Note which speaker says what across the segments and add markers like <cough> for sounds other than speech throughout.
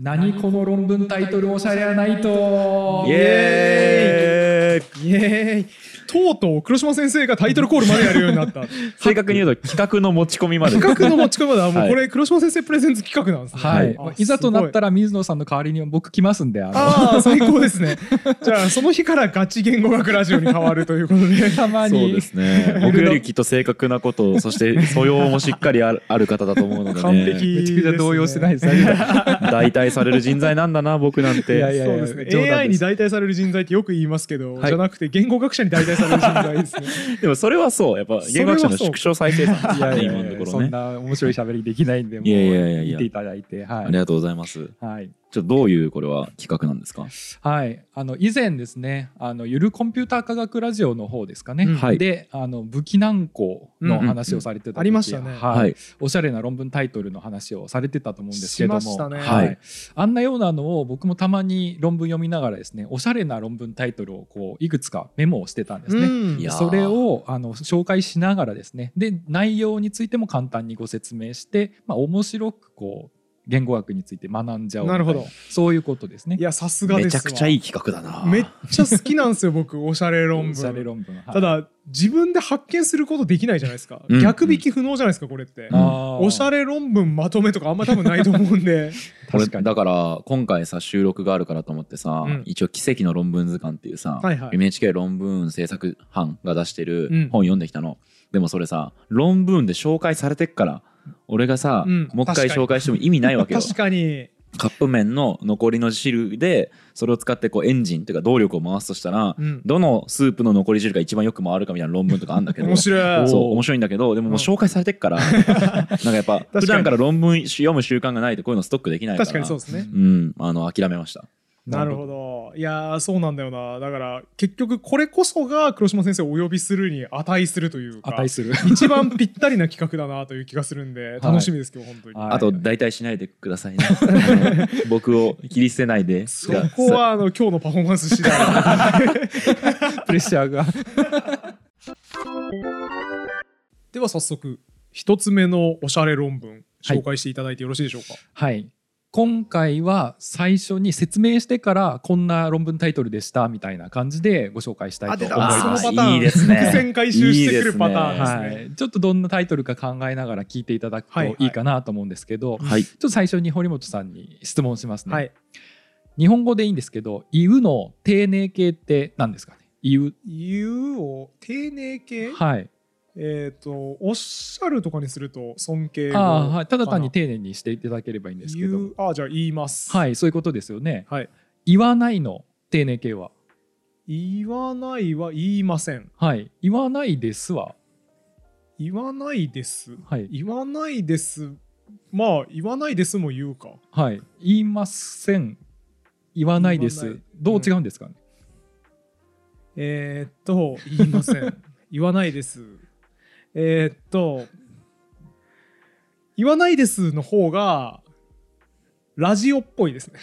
Speaker 1: 何この論文タイトルおしゃれやないと
Speaker 2: イエーイ
Speaker 3: イエーイとうとう黒島先生がタイトルコールまでやるようになった
Speaker 2: 正確に言うと企画の持ち込みまで
Speaker 3: <laughs> 企画の持ち込みだも
Speaker 2: は
Speaker 3: う
Speaker 2: い
Speaker 3: これ黒島先生プレゼンツ企画なんですね
Speaker 1: はい、
Speaker 3: あ
Speaker 1: まあいざとなったら水野さんの代わりに僕来ますんであの
Speaker 3: ああ最高ですね <laughs> じゃあその日からガチ言語学ラジオに変わるということで
Speaker 1: たま
Speaker 2: そう
Speaker 1: に
Speaker 2: ですね僕よりきっと正確なことをそして素養もしっかりあるある方だと思うので、ね、
Speaker 3: 完璧
Speaker 1: めちゃくちゃ動揺してないです大丈夫です
Speaker 2: 代替される人材なんだな僕なんて
Speaker 1: いやいや
Speaker 3: <laughs> そうです
Speaker 1: 冗談で
Speaker 3: ね
Speaker 1: す
Speaker 3: AI に代替される人材ってよく言いますけど、
Speaker 2: はい
Speaker 3: じゃなくて言語学者に代替される人材ですね
Speaker 2: でもそれはそうやっぱ言語学者の縮小再生産です
Speaker 1: いや
Speaker 2: ね
Speaker 1: いや
Speaker 2: 今
Speaker 1: いや
Speaker 2: のとこ
Speaker 1: そ
Speaker 2: ろ
Speaker 1: ん
Speaker 2: ね
Speaker 1: な面白い喋りできないんで、もう
Speaker 2: いやいやいやい
Speaker 1: 見
Speaker 2: や
Speaker 1: ていただいて、は
Speaker 2: あ
Speaker 1: い
Speaker 2: り。がとうございます
Speaker 1: はい、
Speaker 2: ちょっとどういうこれは企画なんですか
Speaker 1: はい、あの以前ですね、あのゆるコンピューター科学ラジオの方ですかね。
Speaker 3: うん
Speaker 2: はい
Speaker 1: で、あの武器難航の話をされてた時、
Speaker 3: うんありましたね
Speaker 1: はい、おしゃれな論文タイトルの話をされてたと思うんですけども。
Speaker 3: しましたね
Speaker 1: は
Speaker 2: はいい。
Speaker 1: あんなようなのを僕もたまに論文読みながらですね、おしゃれな論文タイトルをこういくつかメモをしてたんですね。
Speaker 3: うん
Speaker 2: いやー
Speaker 1: それをあの紹介しながらですねで内容についても簡単にご説明して、まあ、面白くこう言語学について学んじゃおうみた
Speaker 3: ないるほど
Speaker 1: そういうことですね
Speaker 3: いやさすがですわ
Speaker 2: めちゃくちゃいい企画だな
Speaker 3: めっちゃ好きなんですよ僕おしゃれ論文
Speaker 1: おしゃれ論文はい
Speaker 3: ただ自分で発見することできないじゃないですか、
Speaker 2: うん
Speaker 3: 逆引き不能じゃないですかこれって、
Speaker 2: うん
Speaker 1: あー
Speaker 3: おしゃれ論文まとめとかあんま多分ないと思うんで
Speaker 2: これ
Speaker 1: 確かに
Speaker 2: だから今回さ収録があるからと思ってさ、
Speaker 3: うん
Speaker 2: 一応「奇跡の論文図鑑」っていうさ、
Speaker 3: はいはい
Speaker 2: NHK 論文制作班が出してる
Speaker 3: うん
Speaker 2: 本読んできたの、でもそれさ論文で紹介されてっから俺がさ、
Speaker 3: うん
Speaker 2: もう一回
Speaker 3: 確かに
Speaker 2: 紹介しても意味ないわけ
Speaker 3: <laughs>
Speaker 2: よ
Speaker 3: 確かに
Speaker 2: カップ麺の残りの汁でそれを使ってこうエンジンっていうか動力を回すとしたら、
Speaker 3: うん
Speaker 2: どのスープの残り汁が一番よく回るかみたいな論文とかあるんだけど
Speaker 3: 面白い
Speaker 2: そう面白いんだけどでももう紹介されてっ
Speaker 3: <laughs>
Speaker 2: から、なんかやっぱ
Speaker 3: に
Speaker 2: 普段から論文読む習慣がないとこういうのストックできないから
Speaker 3: 確かにそうですね、
Speaker 2: うん、あの諦めました。
Speaker 3: なるほどいやーそうなんだよなだから結局これこそが黒島先生をお呼びするに値するというか
Speaker 1: 値する
Speaker 3: 一番ぴったりな企画だなという気がするんで楽しみですけど、本当に、
Speaker 1: はい
Speaker 2: あと代替しないでくださいね。僕を切り捨てないで。
Speaker 3: そこはあの今日のパフォーマンス次第
Speaker 1: プレッシャーが
Speaker 3: では早速一つ目のおしゃれ論文紹介していただいてよろしいでしょうか、
Speaker 1: はい今回は最初に説明してからこんな論文タイトルでしたみたいな感じでご紹介したいと思い
Speaker 2: あ
Speaker 1: ます
Speaker 3: その
Speaker 2: 出た
Speaker 3: パターン
Speaker 2: いいですね
Speaker 3: 伏線回収してくるパターンですね
Speaker 1: はい、ちょっとどんなタイトルか考えながら聞いていただくと
Speaker 3: はいはい
Speaker 1: いいかなと思うんですけど、
Speaker 2: さはい
Speaker 1: ちょ。っと最初に堀本さんに質問しますね、
Speaker 3: はい
Speaker 1: 日本語でいいんですけど「いう」の丁寧形って何ですかね「いう
Speaker 3: 言うを丁寧」系、
Speaker 1: はい
Speaker 3: えっ、とおっしゃるとかにすると尊敬語
Speaker 1: ああ、はい、ただ単に
Speaker 3: か
Speaker 1: 丁寧にしていただければいいん
Speaker 3: な
Speaker 1: ですけど
Speaker 3: 言うああじゃあ言います
Speaker 1: はいそういうことですよね
Speaker 3: はい
Speaker 1: 「言わない」の丁寧形は
Speaker 3: 言わないは言いません
Speaker 1: 「はい、言わないですは」
Speaker 3: 言わないです
Speaker 1: はい
Speaker 3: 言わないですまあ言わないですも言うか
Speaker 1: はい「言いません」「言わないです」
Speaker 3: 言わない
Speaker 1: どう違うんですかね、
Speaker 3: えーっと言いませ
Speaker 1: <laughs>
Speaker 3: ん言わないですえーっと言わないですの方がラジオっぽいですね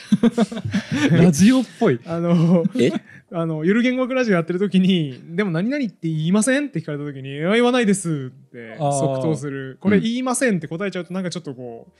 Speaker 1: ラジオっぽい
Speaker 3: あの
Speaker 2: え、
Speaker 3: あのゆる言語学ラジオやってる時に「でも何々って言いません?」って聞かれた時に「いや言わないです」って
Speaker 1: あー
Speaker 3: 即答するこれ
Speaker 2: うん
Speaker 3: 言いませんって答えちゃうとなんかちょっとこう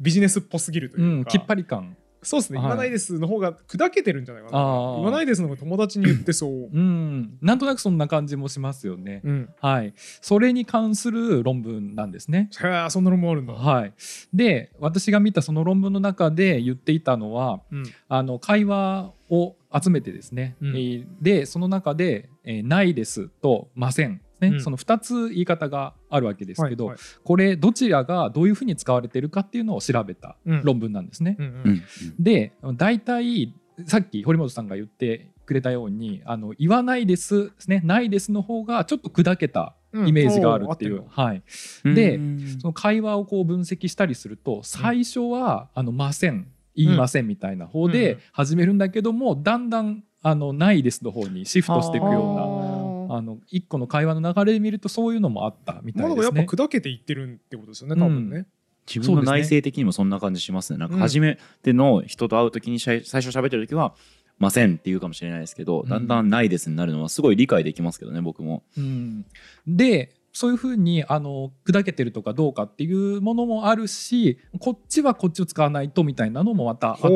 Speaker 3: ビジネスっぽすぎると
Speaker 1: う
Speaker 3: いうんか、
Speaker 1: きっぱり感
Speaker 3: そうですね、
Speaker 1: はい
Speaker 3: 言わないですの方が砕けてるんじゃないかな。
Speaker 1: ああ
Speaker 3: 言わないですの方が友達に言ってそう。
Speaker 1: うんなんとなくそんな感じもしますよね、
Speaker 3: うん。
Speaker 1: はいそれに関する論文なんですね
Speaker 3: へえ、そんなのもあるんだ。
Speaker 1: はい、で私が見たその論文の中で言っていたのは
Speaker 3: うん。
Speaker 1: あの会話を集めてですね、
Speaker 3: うん
Speaker 1: えーでその中で「えーないです」と「ません」ね
Speaker 3: うん
Speaker 1: その2つ言い方があるわけですけど、
Speaker 3: はいはい
Speaker 1: これどちらがどういうふうに使われてるかっていうのを調べた
Speaker 3: うん
Speaker 1: 論文なんですね。
Speaker 3: うんう
Speaker 2: うんん
Speaker 1: で大体さっき堀本さんが言ってくれたように「あの言わないです」ですね「ないです」の方がちょっと砕けた
Speaker 3: うん
Speaker 1: イメージがあるっていう。
Speaker 3: おー合
Speaker 1: はい
Speaker 2: うん
Speaker 1: で
Speaker 2: うん
Speaker 1: その会話をこう分析したりすると最初は「あのません」「言いません」みたいな方
Speaker 3: う
Speaker 1: で
Speaker 3: ん
Speaker 1: 始めるんだけどもだんだん「あのないです」の方にシフトしていくような
Speaker 3: あー
Speaker 1: あの一個の会話の流れで見るとそういうのもあったみた
Speaker 3: まあ
Speaker 1: い
Speaker 3: で
Speaker 1: で
Speaker 3: もや
Speaker 1: す
Speaker 3: っぱ
Speaker 1: ね。
Speaker 3: 砕けていってるってことですよね、多分ね。
Speaker 2: 自分の内省的にもそんな感じしますね。なんか初めての人と会うときにしゃい最初喋ってるときは「ません」って言うかもしれないですけど、だんだん「ないです」になるのはすごい理解できますけどね僕も。
Speaker 1: うんでそういうふうにあの砕けてるとかどうかっていうものもあるしこっちはこっちを使わないとみたいなのもまたあったり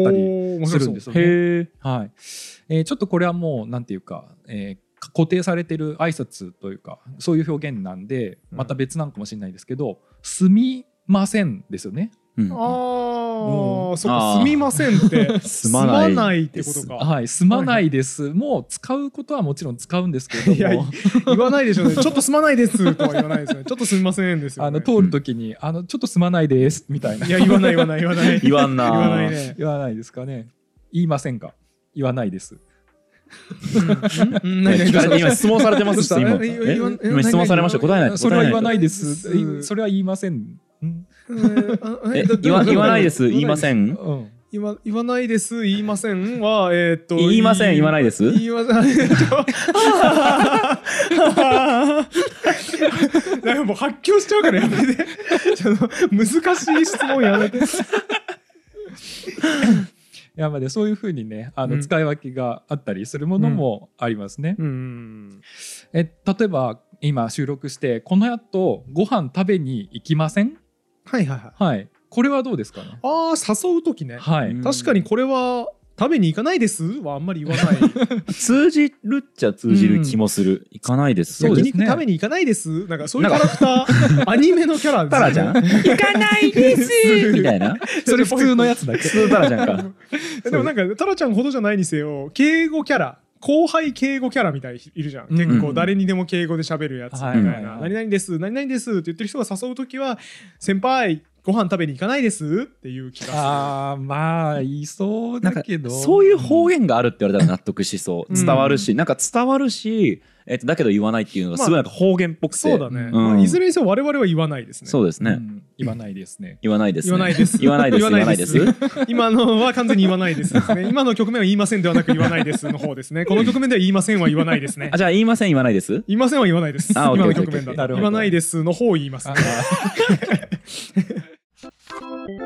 Speaker 1: するんですすよね。
Speaker 2: へえ。
Speaker 1: はいえーちょっとこれはもうなんていうか、えー固定されてる挨拶というかそういう表現なんで
Speaker 3: うん
Speaker 1: また別なんかもしれないですけど「すみません」ですよね。
Speaker 2: うん
Speaker 3: あ
Speaker 1: う
Speaker 3: ー
Speaker 1: ん
Speaker 3: そっか
Speaker 2: あー
Speaker 3: すみませんって
Speaker 2: <laughs> すまない
Speaker 3: すまないってことか
Speaker 1: はい、すまないです。もう使うことはもちろん使うんですけれ
Speaker 3: いや
Speaker 1: ど
Speaker 3: い
Speaker 1: も、
Speaker 3: 言わないでしょうねちょっとすまないですとは言わないですよねちょっとすみませんですよ、ね、
Speaker 1: あの通るときに、あのちょっとすまないですみたいない
Speaker 3: や言わない言わない言わない
Speaker 2: 言わんな。
Speaker 3: 言わない。ね
Speaker 1: 言わないですかね。言いませんか。言わないです。
Speaker 3: うんうんないない
Speaker 2: 聞かれて
Speaker 3: どう
Speaker 2: 今質問されてますし
Speaker 3: どう
Speaker 2: 今
Speaker 3: したえ言わ
Speaker 2: え今質問されました答えないと
Speaker 1: それは言わないで
Speaker 3: 答
Speaker 1: す。
Speaker 3: えないと
Speaker 1: えそれは言いません。うん。
Speaker 2: え言わ言わないです言いませ
Speaker 3: ん
Speaker 2: ん
Speaker 3: 言わ言わないです言いませんはえーっと
Speaker 2: 言いません言わないです
Speaker 3: 言いませんなんかもう発狂しちゃうからやめてちょっと難しい質問やめて
Speaker 1: いやまあでそういうふうにねあ
Speaker 3: う
Speaker 1: の
Speaker 3: ん
Speaker 1: 使い分けがあったりするものもありますね。
Speaker 3: うん
Speaker 1: え例えば今収録してこの後ご飯食べに行きません？
Speaker 3: はいはいは
Speaker 1: は
Speaker 3: い
Speaker 1: い。これはどうですかね。
Speaker 3: あー誘う時ね
Speaker 1: はい。
Speaker 2: うん
Speaker 3: 確かにこれは食べに行かないですはあんまり言わない
Speaker 2: 通じるっちゃ通じる気もする。行かないです。
Speaker 1: そうですね
Speaker 3: 焼肉食べに行かないですなんかそういうキャラクターアニメのキャラです
Speaker 2: タラじゃん。行かな
Speaker 1: <laughs>
Speaker 2: いです。みたいな。
Speaker 1: それ普通のやつだけ
Speaker 2: <laughs> 普通タラじゃんか。
Speaker 3: でもなんかタラちゃんほどじゃないにせよ敬語キャラ後輩敬語キャラみたいいるじゃん
Speaker 1: うん
Speaker 3: 結構誰にでも敬語で喋るやつみたい
Speaker 1: はいはい
Speaker 3: な
Speaker 1: は
Speaker 3: 「
Speaker 1: い
Speaker 3: 何々です何々です」って言ってる人が誘う時は「先輩ご飯食べに行かないです」っていう気が
Speaker 1: ああまあいそうだけど
Speaker 2: そういう方
Speaker 1: 言
Speaker 2: 言があるって言われたら納得しそう。
Speaker 3: うん
Speaker 2: 伝わるし、なんか伝わるし、えっと、だけど言わないっていうのがすごいなんか方言っぽくて。
Speaker 3: するそうだね、
Speaker 1: うん
Speaker 3: まあいずれにせよ我々は言わないですね
Speaker 2: そうですね。
Speaker 1: 言わないですね。
Speaker 2: 言わないですね。
Speaker 3: 言わないです
Speaker 2: 言わないです。言わないです。
Speaker 3: 今のは完全に言わないですで
Speaker 1: <laughs>
Speaker 3: すね今の局面は言いませんではなく言わないですの方ですねこの局面では言いませんは言わないですね
Speaker 2: あ、じゃあ言いません、言わないです。
Speaker 3: 言いませんは言わないです。
Speaker 2: あ
Speaker 3: 今
Speaker 2: オッケ
Speaker 3: の
Speaker 2: ーオッケー
Speaker 3: 局面だ
Speaker 2: オッケー
Speaker 1: な
Speaker 3: と。
Speaker 1: るほど
Speaker 3: 言わないですの方を言います
Speaker 1: あ
Speaker 3: ね。
Speaker 1: ー <laughs>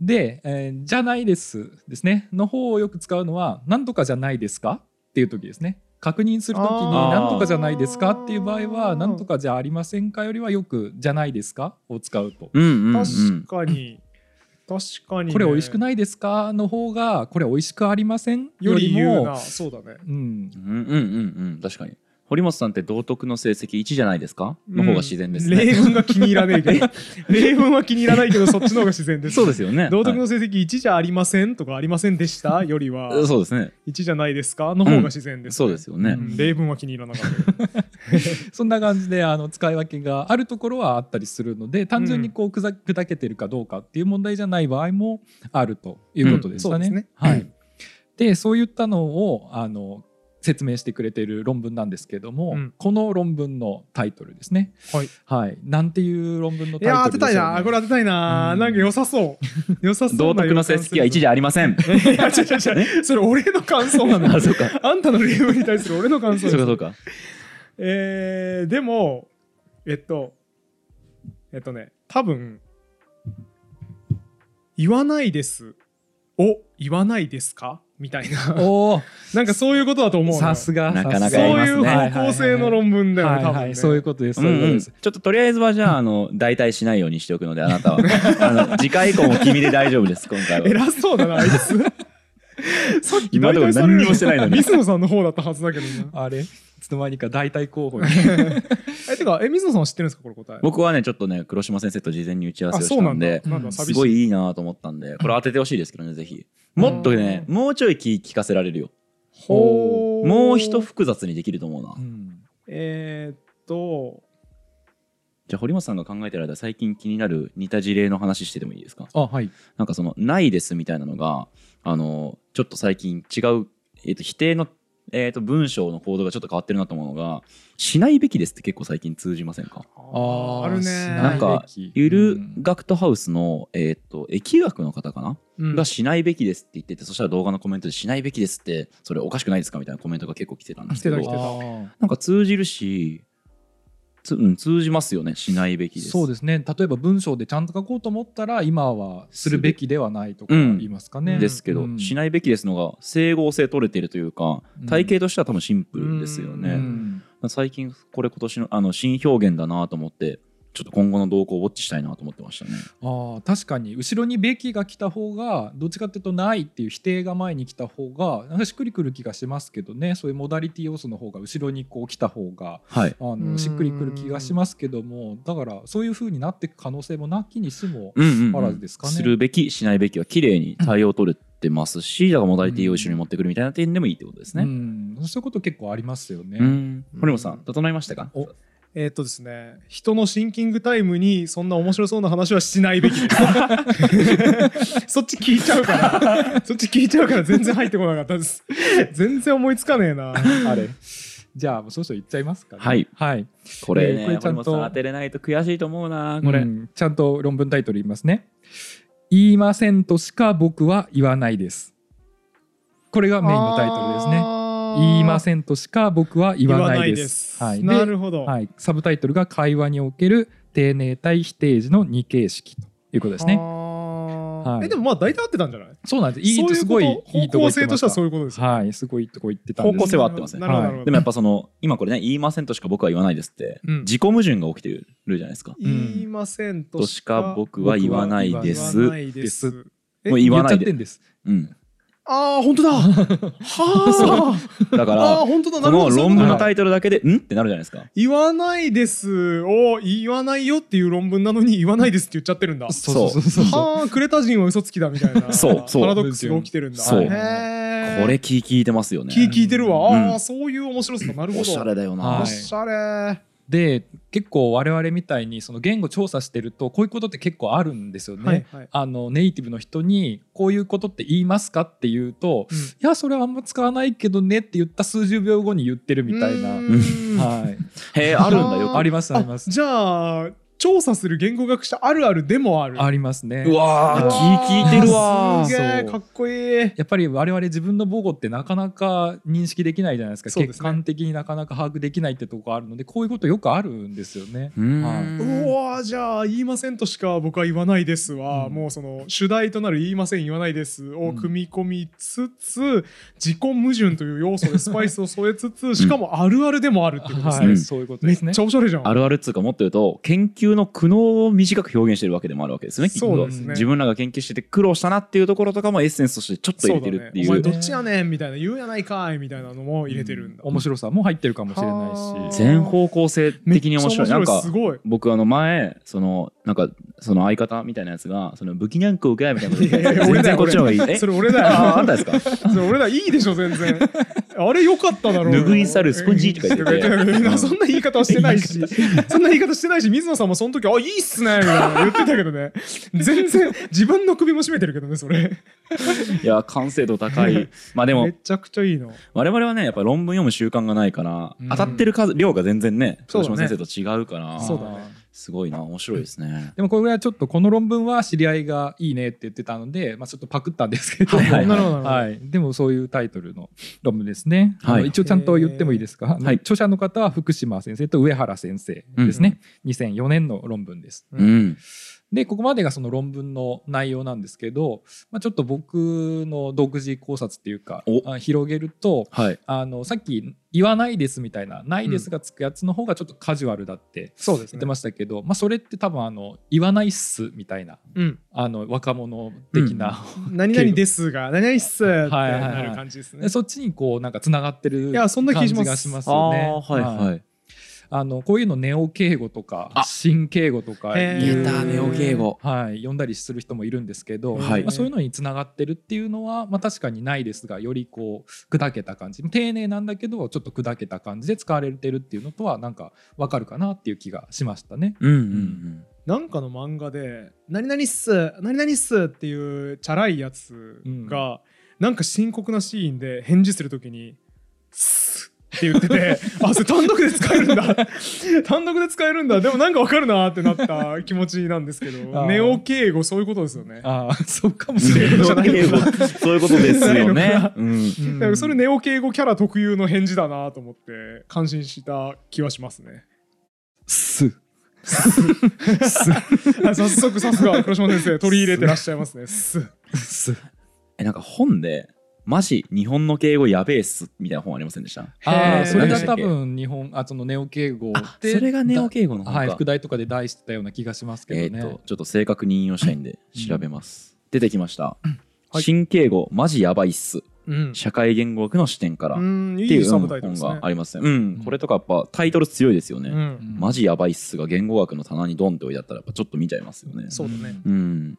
Speaker 1: で、えーじゃないです」ですねの方をよく使うのは「なんとかじゃないですか?」っていう時ですね確認する時に
Speaker 2: あ
Speaker 1: 「
Speaker 2: ー
Speaker 1: なんとかじゃないですか?」っていう場合
Speaker 3: あー
Speaker 1: は「なんとかじゃありませんか?」よりはよく「じゃないですか?」を使うと。
Speaker 2: うんうんうん。
Speaker 3: 確かに。確かにね。
Speaker 1: これ美味しく
Speaker 3: い
Speaker 1: ないですかの方がこれ美味しくありません
Speaker 3: よ
Speaker 1: よ
Speaker 3: り
Speaker 1: り
Speaker 3: 言うな。
Speaker 1: も
Speaker 3: そうだね。
Speaker 1: うん
Speaker 2: うんうんうんうん。確かに。堀本さんって道徳の成績1じゃないですかの方が自然で
Speaker 3: う
Speaker 2: す
Speaker 3: ん例
Speaker 2: ね。
Speaker 3: 文が気に入らない
Speaker 2: <laughs>
Speaker 3: けど。例文は気に入らないけど、そっちの方が自然です。
Speaker 2: そうですよね。
Speaker 3: 道徳
Speaker 2: は
Speaker 3: の成績1じゃありませんとかありませんでしたよりはい
Speaker 2: そうですね。
Speaker 3: 1じゃないですかの方が自然ですね。
Speaker 2: そうですよね
Speaker 3: う。ん。例文は気に入らなかったけど。
Speaker 1: そんな感じであの使い分けがあるところはあったりするので単純にこう砕砕けてるかどうかっていう問題じゃない場合もあるということでしたね。
Speaker 3: うんそうですね
Speaker 1: はい、でそういったのをあの説明してくれている論文なんですけども、
Speaker 3: うん
Speaker 1: この論文のタイトルですね。
Speaker 3: はい、
Speaker 1: なんていう論文のタイト
Speaker 3: い
Speaker 1: ル
Speaker 3: やー当
Speaker 1: で
Speaker 3: てたい
Speaker 1: しょうね
Speaker 3: な。これ当てたいな。
Speaker 1: うん
Speaker 3: なんか良さそう。良さそうな
Speaker 2: 道徳の成績は1じゃありません。
Speaker 3: いや違う違
Speaker 1: <laughs>
Speaker 3: う違う。それ俺の感想なんだ。
Speaker 2: あ、そうか。
Speaker 3: あんたの例文に対する俺の感
Speaker 2: そ
Speaker 3: 想
Speaker 2: う
Speaker 3: です
Speaker 2: かそうか。
Speaker 3: えー、でも、えっと、えっとね、多分、言わないですを言わないですかみたいな、
Speaker 1: おー
Speaker 3: なんかそういうことだと思うの
Speaker 1: さ
Speaker 3: よ
Speaker 1: すが
Speaker 2: なかな
Speaker 1: さす
Speaker 2: か
Speaker 3: そ
Speaker 1: が
Speaker 3: うい
Speaker 2: やります
Speaker 3: う
Speaker 2: ね
Speaker 3: 方向性の論文だよね、
Speaker 1: はい
Speaker 3: 多
Speaker 1: は
Speaker 3: 分ね。
Speaker 1: い、そういうことです。
Speaker 2: うん
Speaker 1: そういうこと
Speaker 2: うん、
Speaker 1: で
Speaker 2: ち
Speaker 1: す
Speaker 2: ょっととりあえずはじゃああの代替しないようにしておくのであなたはあの次回以降も君で大丈夫です今回は。
Speaker 3: <laughs> 偉そうだな、あいつ。さっき
Speaker 2: 今でも
Speaker 3: 大体それ
Speaker 2: 何にもしてないのに
Speaker 3: 水野さんの方だったはずだけどな。
Speaker 1: あれいつの間にか大体候補に
Speaker 3: <laughs> え、てか、え、水野さんは知ってるんですか、これ答え。
Speaker 2: 僕はねちょっとね黒島先生と事前に打ち合わせをしたんで
Speaker 3: なんだ、
Speaker 1: うん
Speaker 2: す
Speaker 3: 寂し
Speaker 2: ご
Speaker 3: い。
Speaker 2: いいいなと思ったんでこれ当ててほしいですけどねぜひもっとねもうちょい聞聞かせられるよ
Speaker 3: ほー
Speaker 2: もう一複雑にできると思うな
Speaker 1: うん
Speaker 3: えー、っと、
Speaker 2: じゃあ堀本さんが考えてる間最近気になる似た事例の話しててもいいですか
Speaker 1: あはい
Speaker 2: なんかその「ないです」みたいなのがあのちょっと最近違う、えー、と否定の、えー、と文章の行動がちょっと変わってるなと思うのが「しないべきです」って結構最近通じませんか
Speaker 1: あー
Speaker 3: あるね。
Speaker 1: なん
Speaker 2: かゆ
Speaker 1: う
Speaker 2: る
Speaker 1: ん
Speaker 2: 学徒ハウスの、えー、と疫学の方かな、
Speaker 3: うん
Speaker 2: が「しないべきです」って言っててそしたら動画のコメントで「しないべきです」ってそれおかしくないですかみたいなコメントが結構来てたんですけど
Speaker 3: 来てた来てた
Speaker 2: なんか通じるしつ、うん、通じますよね「しないべきです」
Speaker 1: そうですね例えば文章でちゃんと書こうと思ったら今はするべきではないとか
Speaker 2: うん
Speaker 1: 言いますかね。
Speaker 2: ですけど、
Speaker 1: うん
Speaker 2: しないべきですのが整合性取れてるというか
Speaker 1: うん
Speaker 2: 体系としては多分シンプルですよね。
Speaker 1: うん
Speaker 2: 最近これ今年のあの新表現だなと思ってちょっと今後の動向をウォッチしたいなと思ってましたね。
Speaker 1: ああ確かに後ろにべきが来た方がどっちかっていうとないっていう否定が前に来た方がなんかしっくりくる気がしますけどねそういうモダリティ要素の方が後ろにこう来た方が
Speaker 2: はい、
Speaker 1: あ
Speaker 3: う
Speaker 1: の
Speaker 3: ん
Speaker 1: しっくりくる気がしますけどもだからそういう風になっていく可能性もなきにしも
Speaker 2: うんうんうん
Speaker 1: あらずですかね
Speaker 2: するべきしないべきは綺麗に対応取れてますし、だからモダリティを一緒に持ってくるみたいな点でもいいってことです
Speaker 1: う
Speaker 2: ね。
Speaker 1: ん、そういうこと結構ありますよね。
Speaker 2: うん、堀本さん整いましたか
Speaker 1: お
Speaker 3: えーっとですね人のシンキングタイムにそんな面白そうな話はしないべきです <laughs> そっち聞いちゃうからそっち聞いちゃうから全然入ってこなかったです全然思いつかねえな
Speaker 1: あれ <laughs> じゃあもうそろそろ行っちゃいますかね。
Speaker 2: はい、
Speaker 1: はい、
Speaker 2: これね、
Speaker 1: えーこれちゃんと
Speaker 2: 堀本さん当てれないと悔しいと思うなこれ、
Speaker 1: うんちゃんと論文タイトル言いますね。言いませんとしか僕は言わないです。これがメインのタイトルですね。言いま
Speaker 3: ん
Speaker 1: せんとしか僕は言わないです。はい、
Speaker 3: な
Speaker 1: で、
Speaker 3: るほど、
Speaker 1: はい、サブタイトルが会話における定年対否定時の二形式ということですね。
Speaker 3: は
Speaker 1: はい
Speaker 3: えでもまあ大体合ってたんじゃない
Speaker 1: そうなんです。いい
Speaker 3: そういう
Speaker 1: すごい
Speaker 3: こと
Speaker 1: いいとこ言
Speaker 3: 方向
Speaker 1: って
Speaker 3: 性と
Speaker 1: ま
Speaker 3: しては
Speaker 1: し
Speaker 3: そういうことです
Speaker 1: た。はい、すごいいいとこ言ってたん
Speaker 2: 方
Speaker 1: で
Speaker 2: 向
Speaker 1: す。
Speaker 2: 性は合ってますね
Speaker 3: なるほどなるほど
Speaker 2: でもやっぱその今これね言いませんとしか僕は言わないですって、
Speaker 3: うん
Speaker 2: 自己矛盾が起きてるじゃないですか。
Speaker 1: うん
Speaker 3: 言いませんと
Speaker 2: と
Speaker 3: し
Speaker 2: し
Speaker 3: か
Speaker 2: か僕は言わないで
Speaker 3: 言わ
Speaker 2: す。
Speaker 3: ないで
Speaker 1: です
Speaker 3: す
Speaker 2: もう言わ
Speaker 1: 言
Speaker 2: ない
Speaker 1: っちゃって
Speaker 2: で。
Speaker 1: んです。
Speaker 2: うん、
Speaker 3: ああ本当だ <laughs> は
Speaker 2: だ
Speaker 3: あ <laughs>
Speaker 2: か
Speaker 3: あ
Speaker 2: ら
Speaker 3: あ本当だな
Speaker 2: こ
Speaker 3: るほど
Speaker 2: の
Speaker 3: そういう
Speaker 2: 論
Speaker 3: こと
Speaker 2: 文
Speaker 3: だ
Speaker 2: のタイトルだけで「ん?」ってなるじゃないですか。
Speaker 3: 言わないですを言わないよっていう論文なのに言わないですって言っちゃってるんだ。
Speaker 1: <laughs> そうそうそうそう。
Speaker 3: はあ、クレタ人は嘘つきだみたいな。
Speaker 2: そうそう
Speaker 3: パラドックスが起きてるんだ。
Speaker 2: そう
Speaker 3: へー
Speaker 2: これ。聞いてますよね。
Speaker 3: 聞聞いてるわ。ああ、
Speaker 2: うん
Speaker 3: そういう面白さ。なるほど。
Speaker 2: おしゃれだよな。
Speaker 1: はい
Speaker 3: おしゃれ。
Speaker 1: で結構我々みたいにその言語調査してるとこういうことって結構あるんですよね。
Speaker 3: はいはい。
Speaker 1: あのネイティブの人にこういうことって言いますかって言うと、
Speaker 3: うん
Speaker 1: いやそれはあんま使わないけどねって言った数十秒後に言ってるみたいな、
Speaker 3: う
Speaker 1: は
Speaker 3: ーん
Speaker 1: い、
Speaker 2: へえ、あるんだ
Speaker 3: <laughs>
Speaker 2: よ。
Speaker 3: あー
Speaker 1: ありますあります
Speaker 3: じゃあ、調査する言語学者あるあるでもある。
Speaker 1: ありますね
Speaker 2: うわ
Speaker 1: ー
Speaker 2: ー、聞聞いてるわ
Speaker 3: す
Speaker 2: ー。
Speaker 3: げえ、
Speaker 1: そう
Speaker 3: かっこいい。
Speaker 1: やっぱり我々自分の母語ってなかなか認識できないじゃないですか
Speaker 3: そうです
Speaker 1: 客
Speaker 3: ね
Speaker 1: 観的になかなか把握できないってとこあるのでこういうことよくあるんですよね。
Speaker 2: うーん
Speaker 1: は
Speaker 3: うわーじゃあ言いませんとしか僕は言わないですは、
Speaker 1: うん
Speaker 3: もうその主題となる言いません言わないですを組み込みつつ、自己矛盾という要素でスパイスを添えつつ、しかもあるあるでもあるっていうことです
Speaker 1: は
Speaker 3: ね、
Speaker 2: うん
Speaker 1: い、そういうことです
Speaker 3: め
Speaker 1: ね
Speaker 3: っち。ゃおしゃれじゃん
Speaker 2: あるあるっつうかもっと言うと研究の苦悩を短く表現してるわけでもあるわけですよねきっと
Speaker 3: そうですね
Speaker 2: 自分らが研究してて苦労したなっていうところとかもエッセンスとしてちょっと入れてるってい
Speaker 3: そう
Speaker 2: う
Speaker 3: だね、お前どっちやねんみたいな言うやないかいみたいなのも入れてるんだ、
Speaker 1: 面白さも入ってるかもしれないし。
Speaker 2: 全方向性
Speaker 3: めっ
Speaker 2: 的に面白い
Speaker 3: ちゃ
Speaker 2: なんか
Speaker 3: すごい
Speaker 2: 僕あの前そのなんかその相方みたいなやつがそのブキニャンコ受けないみたいなこと言って
Speaker 3: いやいや俺
Speaker 2: 全
Speaker 3: だよ
Speaker 2: 然こっちの方がいいえ
Speaker 3: それ俺だよ
Speaker 2: ああんたですか
Speaker 3: それ俺らいいでしょ全然あれ良かっただろうよ
Speaker 2: 拭い去るスポンジとか言って
Speaker 3: そんな言い方はしてない
Speaker 2: <laughs>
Speaker 3: しそんな言い方してないし水野さんもその時「あいいっすね」みたいな言ってたけどね全然自分の首も絞めてるけどねそれ
Speaker 2: いや完成度高いまあでも
Speaker 3: めちゃくちゃいいの
Speaker 2: 我々はねやっぱ論文読む習慣がないから、
Speaker 1: うん
Speaker 2: 当たってる数量が全然ね
Speaker 3: そう
Speaker 2: 豊
Speaker 3: だね
Speaker 2: 島先生と違うから
Speaker 3: そうだね
Speaker 2: すごいな面白いですね。
Speaker 1: でもこれはちょっとこの論文は知り合いがいいねって言ってたので、まあ、ちょっとパクったんですけど、
Speaker 2: はいはい
Speaker 3: なるほどなるほ
Speaker 1: <laughs>
Speaker 3: ど
Speaker 1: はいでもそういうタイトルの論文ですね、
Speaker 2: は
Speaker 1: あ
Speaker 2: い
Speaker 1: の一応ちゃんと言ってもいいですか、
Speaker 2: はい
Speaker 1: 著者の方は福島先生と上原先生ですね、2004年の論文です
Speaker 3: う
Speaker 2: うんん、
Speaker 1: でここまでがその論文の内容なんですけど、まあ、ちょっと僕の独自考察っていうか
Speaker 2: お
Speaker 1: あ広げると
Speaker 2: はい
Speaker 1: あのさっき「言わないです」みたいな「ないです」がつくやつの方がちょっとカジュアルだって
Speaker 3: そうです
Speaker 1: 言
Speaker 3: ね
Speaker 1: ってましたけど、まあ、それって多分あの「言わないっす」みたいな
Speaker 3: うん、
Speaker 1: あの若者的な、
Speaker 3: 何々ですが何々っすって
Speaker 1: はいはいはい
Speaker 3: なる感じですね、
Speaker 1: でそっちにこうなんかつながってる
Speaker 3: いやそんな気します
Speaker 1: 感じがします
Speaker 2: あ
Speaker 1: よね。
Speaker 2: ーはいはい、
Speaker 1: あのこういうのネオ敬語とか
Speaker 2: あ
Speaker 1: 新敬語とか
Speaker 3: へー
Speaker 1: いう
Speaker 3: 出たネオ敬
Speaker 2: 語
Speaker 1: はい、読んだりする人もいるんですけど、
Speaker 2: はい
Speaker 1: まあ、そういうのにつながってるっていうのは、まあ、確かにないですがよりこう砕けた感じ丁寧なんだけどちょっと砕けた感じで使われてるっていうのとはなんかわかるかなっていう気がしましたね。
Speaker 2: うんうん
Speaker 3: なんかの漫画で「何々っす何々っす」っていうチャラいやつが、なんか深刻なシーンで返事するときに「スッ」って言っててあそれ単独で使えるん
Speaker 2: <laughs>
Speaker 3: だ単独で使えるんだでもなんかわかるなーってなった気持ちなんです
Speaker 2: <laughs>
Speaker 3: け
Speaker 1: あ
Speaker 3: ど
Speaker 1: ー
Speaker 3: ネオ敬語そういうことですよね。
Speaker 1: ああそうかも
Speaker 2: うん
Speaker 1: しれない。
Speaker 3: じゃないのか
Speaker 2: そういうことですよね。うん、
Speaker 1: うん
Speaker 3: だからそれネオ敬語キャラ特有の返事だなと思って感心した気はします
Speaker 2: <laughs>
Speaker 3: ね。
Speaker 1: す
Speaker 3: あ早速さすが黒島先生取り入れてらっしゃいますね。スッ
Speaker 1: す
Speaker 2: えなんか本でマジ日本の敬語やべえっすみたいな本ありませんでした
Speaker 1: あ
Speaker 3: へ
Speaker 1: あ
Speaker 3: ー
Speaker 1: それが多分日本あそのネオ敬語
Speaker 2: あ
Speaker 1: で
Speaker 2: それがネオ敬語の
Speaker 1: だ
Speaker 2: 本
Speaker 1: はい
Speaker 2: か
Speaker 1: 副題とかで題してたような気がしますけ
Speaker 2: え
Speaker 1: ど
Speaker 2: ー
Speaker 1: ね、
Speaker 2: っとちょっと正確に引用したいんで調べます、出てきました、
Speaker 1: はい
Speaker 2: 新敬語マジやばいっす
Speaker 3: うん
Speaker 2: 社会言語学の視点から、
Speaker 3: う
Speaker 2: っ
Speaker 3: んい
Speaker 2: てい
Speaker 3: いうサ
Speaker 2: 本
Speaker 3: ブタイトルですね
Speaker 2: がありますねうんこれとかやっぱタイトル強いですよね、
Speaker 3: うん
Speaker 1: うん
Speaker 2: マジやばいっすが言語学の棚にドンって置いてあったらやっぱちょっと見ちゃいますよね
Speaker 3: そうだね
Speaker 2: うん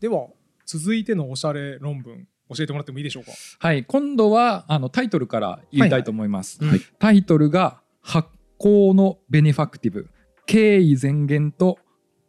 Speaker 3: では続いてのおしゃれ論文教えてもらってもいいでしょうか
Speaker 1: はい今度はあのタイトルから言いたいと思います、
Speaker 3: はいはい
Speaker 1: タイトルが発行のベネファクティブ敬意前言と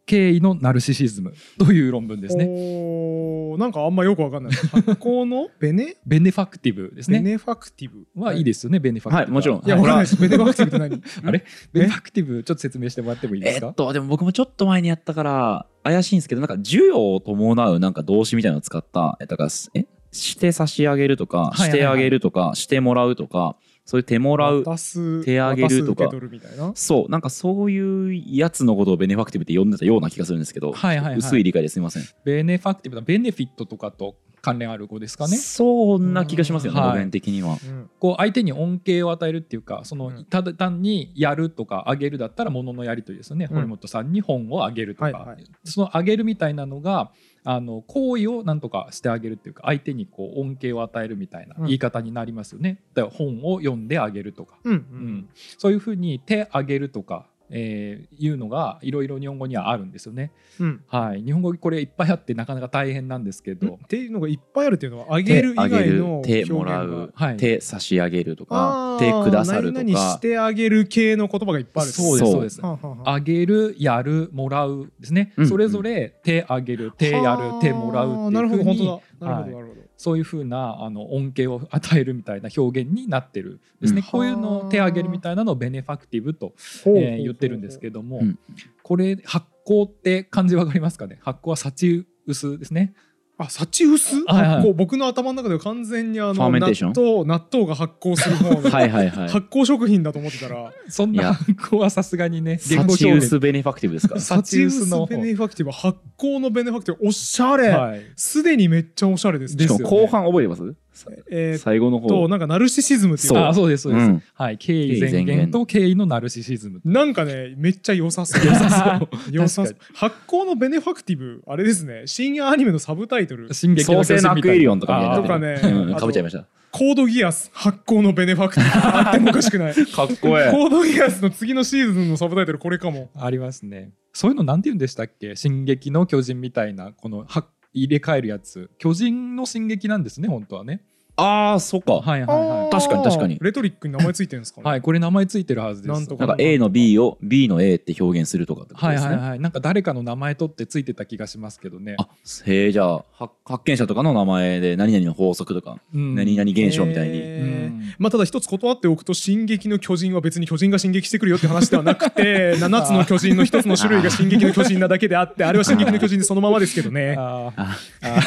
Speaker 1: 敬意のナルシシズムという論文ですね
Speaker 3: おーなんかあんまよくわかんない発行のベネ
Speaker 1: ベネファクティブです
Speaker 3: ベ
Speaker 1: ね
Speaker 3: ネファクティブ
Speaker 1: はいいですよねベネファクティブ
Speaker 2: はいもちろん
Speaker 3: いや
Speaker 1: はい
Speaker 3: わかんないですベネファクティブって何
Speaker 1: あれベネファクティブちょっと説明してもらってもいいで
Speaker 2: え
Speaker 1: すか
Speaker 2: っとでも僕もちょっと前にやったから怪しいんですけどなんか授与を伴うなんか動詞みたいなのを使ったえだからすえして差し上げるとか、
Speaker 1: はいはいはい
Speaker 2: してあげるとかしてもらうとかそういう手もらう
Speaker 3: 渡す
Speaker 2: 手あげると
Speaker 3: 渡す受
Speaker 2: か
Speaker 3: け取るみたいな
Speaker 2: そうなんかそういうやつのことをベネファクティブって呼んでたような気がするんですけど、
Speaker 1: はいはいはい
Speaker 2: 薄い理解ですみません、
Speaker 1: ベネファクティブだベネフィットとかと関連ある語ですかね
Speaker 2: そんな気がしますよね
Speaker 1: うんはい
Speaker 2: 語源的には、
Speaker 3: うん
Speaker 1: こう相手に恩恵を与えるっていうかその
Speaker 3: うん
Speaker 1: ただ単にやるとかあげるだったらもののやり取りですよね、
Speaker 3: うん
Speaker 1: 堀本さんに本をあげるとか、
Speaker 3: はいはい
Speaker 1: そのあげるみたいなのがあの行為をなんとかしてあげるっていうか相手にこう恩恵を与えるみたいな
Speaker 3: うん
Speaker 1: 言い方になりますよね、だから本を読んであげるとか、
Speaker 3: うんう
Speaker 1: うんん、そういうふうに手あげるとか、えーいうのがいろいろ日本語にはあるんですよね。
Speaker 3: うん
Speaker 1: はい、日本語これいっぱいあってなかなか大変なんですけ
Speaker 3: うん
Speaker 1: ど、
Speaker 3: っていうのがいっぱいあるっていうのはあげる以外の
Speaker 2: 手あげる手もらう
Speaker 3: 表現が
Speaker 1: はい、
Speaker 2: 手差し上げるとか
Speaker 3: あ
Speaker 2: 手
Speaker 3: ー
Speaker 2: くださると
Speaker 3: 何々
Speaker 2: か
Speaker 3: してあげる系の言葉がいっぱいある
Speaker 1: そうですそうです
Speaker 3: はあはあはあ
Speaker 1: あげるやるもらうですね、
Speaker 2: うん
Speaker 1: それぞれ手あげる手やる手もらうって
Speaker 3: な
Speaker 1: いう
Speaker 3: る
Speaker 1: ふ
Speaker 3: ほ
Speaker 1: う
Speaker 3: ど本
Speaker 1: に
Speaker 3: 当だなるほど
Speaker 1: は
Speaker 3: なるほど
Speaker 1: そういうふうなあの恩恵を与えるみたいな表現になってるですね、
Speaker 2: うん
Speaker 1: こういうのを手あげるみたいなのをベネファクティブと、
Speaker 3: ほうほうほう
Speaker 1: えー言ってるんですけども、
Speaker 2: うん
Speaker 1: これ発行って漢字わかりますかね発行はサチウスですね
Speaker 3: あサチウス
Speaker 1: はいはい
Speaker 3: こう僕の頭の中では完全にあの
Speaker 2: ファーメンテーション
Speaker 3: 納豆納豆が発酵する方の
Speaker 2: <laughs> はいはいはい
Speaker 3: 発酵食品だと思ってたら
Speaker 1: そん
Speaker 2: い
Speaker 1: な
Speaker 2: や
Speaker 1: 発行はさすがにね言
Speaker 2: サ
Speaker 1: 語
Speaker 2: チ
Speaker 1: 表
Speaker 2: ウ
Speaker 1: 現
Speaker 2: スベネファクティブですから
Speaker 1: サ
Speaker 3: サ
Speaker 1: チ
Speaker 3: チ
Speaker 1: ウ
Speaker 3: ウ
Speaker 1: ス
Speaker 3: ス
Speaker 1: の
Speaker 3: ベネファクティブ発酵のベネファクティブおしゃれ
Speaker 1: はい
Speaker 3: すでにめっちゃおしゃれですね
Speaker 1: で
Speaker 2: し
Speaker 1: す
Speaker 2: か
Speaker 1: よ
Speaker 2: も後半覚えてます、
Speaker 3: えーっ
Speaker 2: 最後の
Speaker 3: と
Speaker 2: 方
Speaker 3: なんかナルシシズムっていう
Speaker 2: そう
Speaker 3: か
Speaker 1: あそうですそうです、
Speaker 2: うん
Speaker 1: はい敬意
Speaker 2: 敬意
Speaker 1: 前
Speaker 2: 前
Speaker 1: 言
Speaker 2: 言
Speaker 1: と敬意のナルシシズム
Speaker 3: なんかねめっちゃ良さそう
Speaker 1: 良さそう
Speaker 3: <laughs> 良さ
Speaker 1: 確
Speaker 3: そう発酵のベネファクティブあれですね深夜アニメのサブタイトル
Speaker 1: 進撃
Speaker 2: 創
Speaker 1: の巨
Speaker 2: 世
Speaker 1: 人
Speaker 2: のア
Speaker 1: みたいな
Speaker 2: クエリオンとかみたい
Speaker 1: あ
Speaker 2: な
Speaker 1: ー
Speaker 3: とかね
Speaker 2: うん
Speaker 3: あと
Speaker 2: かぶっちゃいました
Speaker 3: コードギアス発酵のベネファクティブあってもおかしくない
Speaker 2: <laughs>
Speaker 3: コ
Speaker 2: かっこえ
Speaker 3: ードギアスの次のシーズンのサブタイトルこれかも
Speaker 1: ありますね。そういうのなんて言うんでしたっけ「進撃の巨人」みたいなこのは入れ替えるやつ巨人の進撃なんですね本当はね。
Speaker 2: ああそっか
Speaker 1: はいはいは
Speaker 2: 確かに確かに
Speaker 3: レトリックに名前ついてるんですか
Speaker 1: い。
Speaker 3: ね
Speaker 1: はいこれ名前ついてるはずです。
Speaker 3: なんと
Speaker 2: なん
Speaker 3: か
Speaker 2: か A の B を B の A って表現するとかってこと
Speaker 1: はい
Speaker 2: ですね。
Speaker 1: はいはいなんか誰かの名前取ってついてた気がしますけどね。
Speaker 2: あへえじゃあは発見者とかの名前で何々の法則とか、
Speaker 1: うん
Speaker 2: 何々現象みたいに、
Speaker 3: え
Speaker 1: う
Speaker 3: ー
Speaker 1: ん
Speaker 3: まあただ一つ断っておくと「進撃の巨人」は別に巨人が進撃してくるよって話ではなくて
Speaker 2: <laughs>
Speaker 3: 7つの巨人の一つの種類が「進撃の巨人」なだけであってあれは「進撃の巨人」でそのままですけどね
Speaker 1: あー
Speaker 2: あ
Speaker 1: あ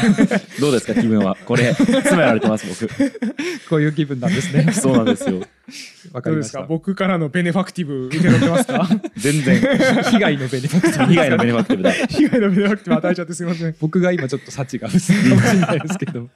Speaker 2: どうですか
Speaker 3: <laughs>
Speaker 2: 気分はこれ詰められてます僕
Speaker 1: ーこういう気分なんですね。
Speaker 2: <laughs> そうなんですよ
Speaker 1: わか
Speaker 3: どう
Speaker 1: り
Speaker 3: で
Speaker 1: ますした
Speaker 3: か。僕からのベネファクティブ受け取ってます
Speaker 2: <laughs>
Speaker 3: か
Speaker 2: 全然
Speaker 1: 被害のベネファクト
Speaker 2: 被害のベネファクティブだ
Speaker 3: 被害のベネファクティブ与えちゃってすいません
Speaker 1: 僕が今ちょっと幸が薄いかもしれないですけ <laughs> ど。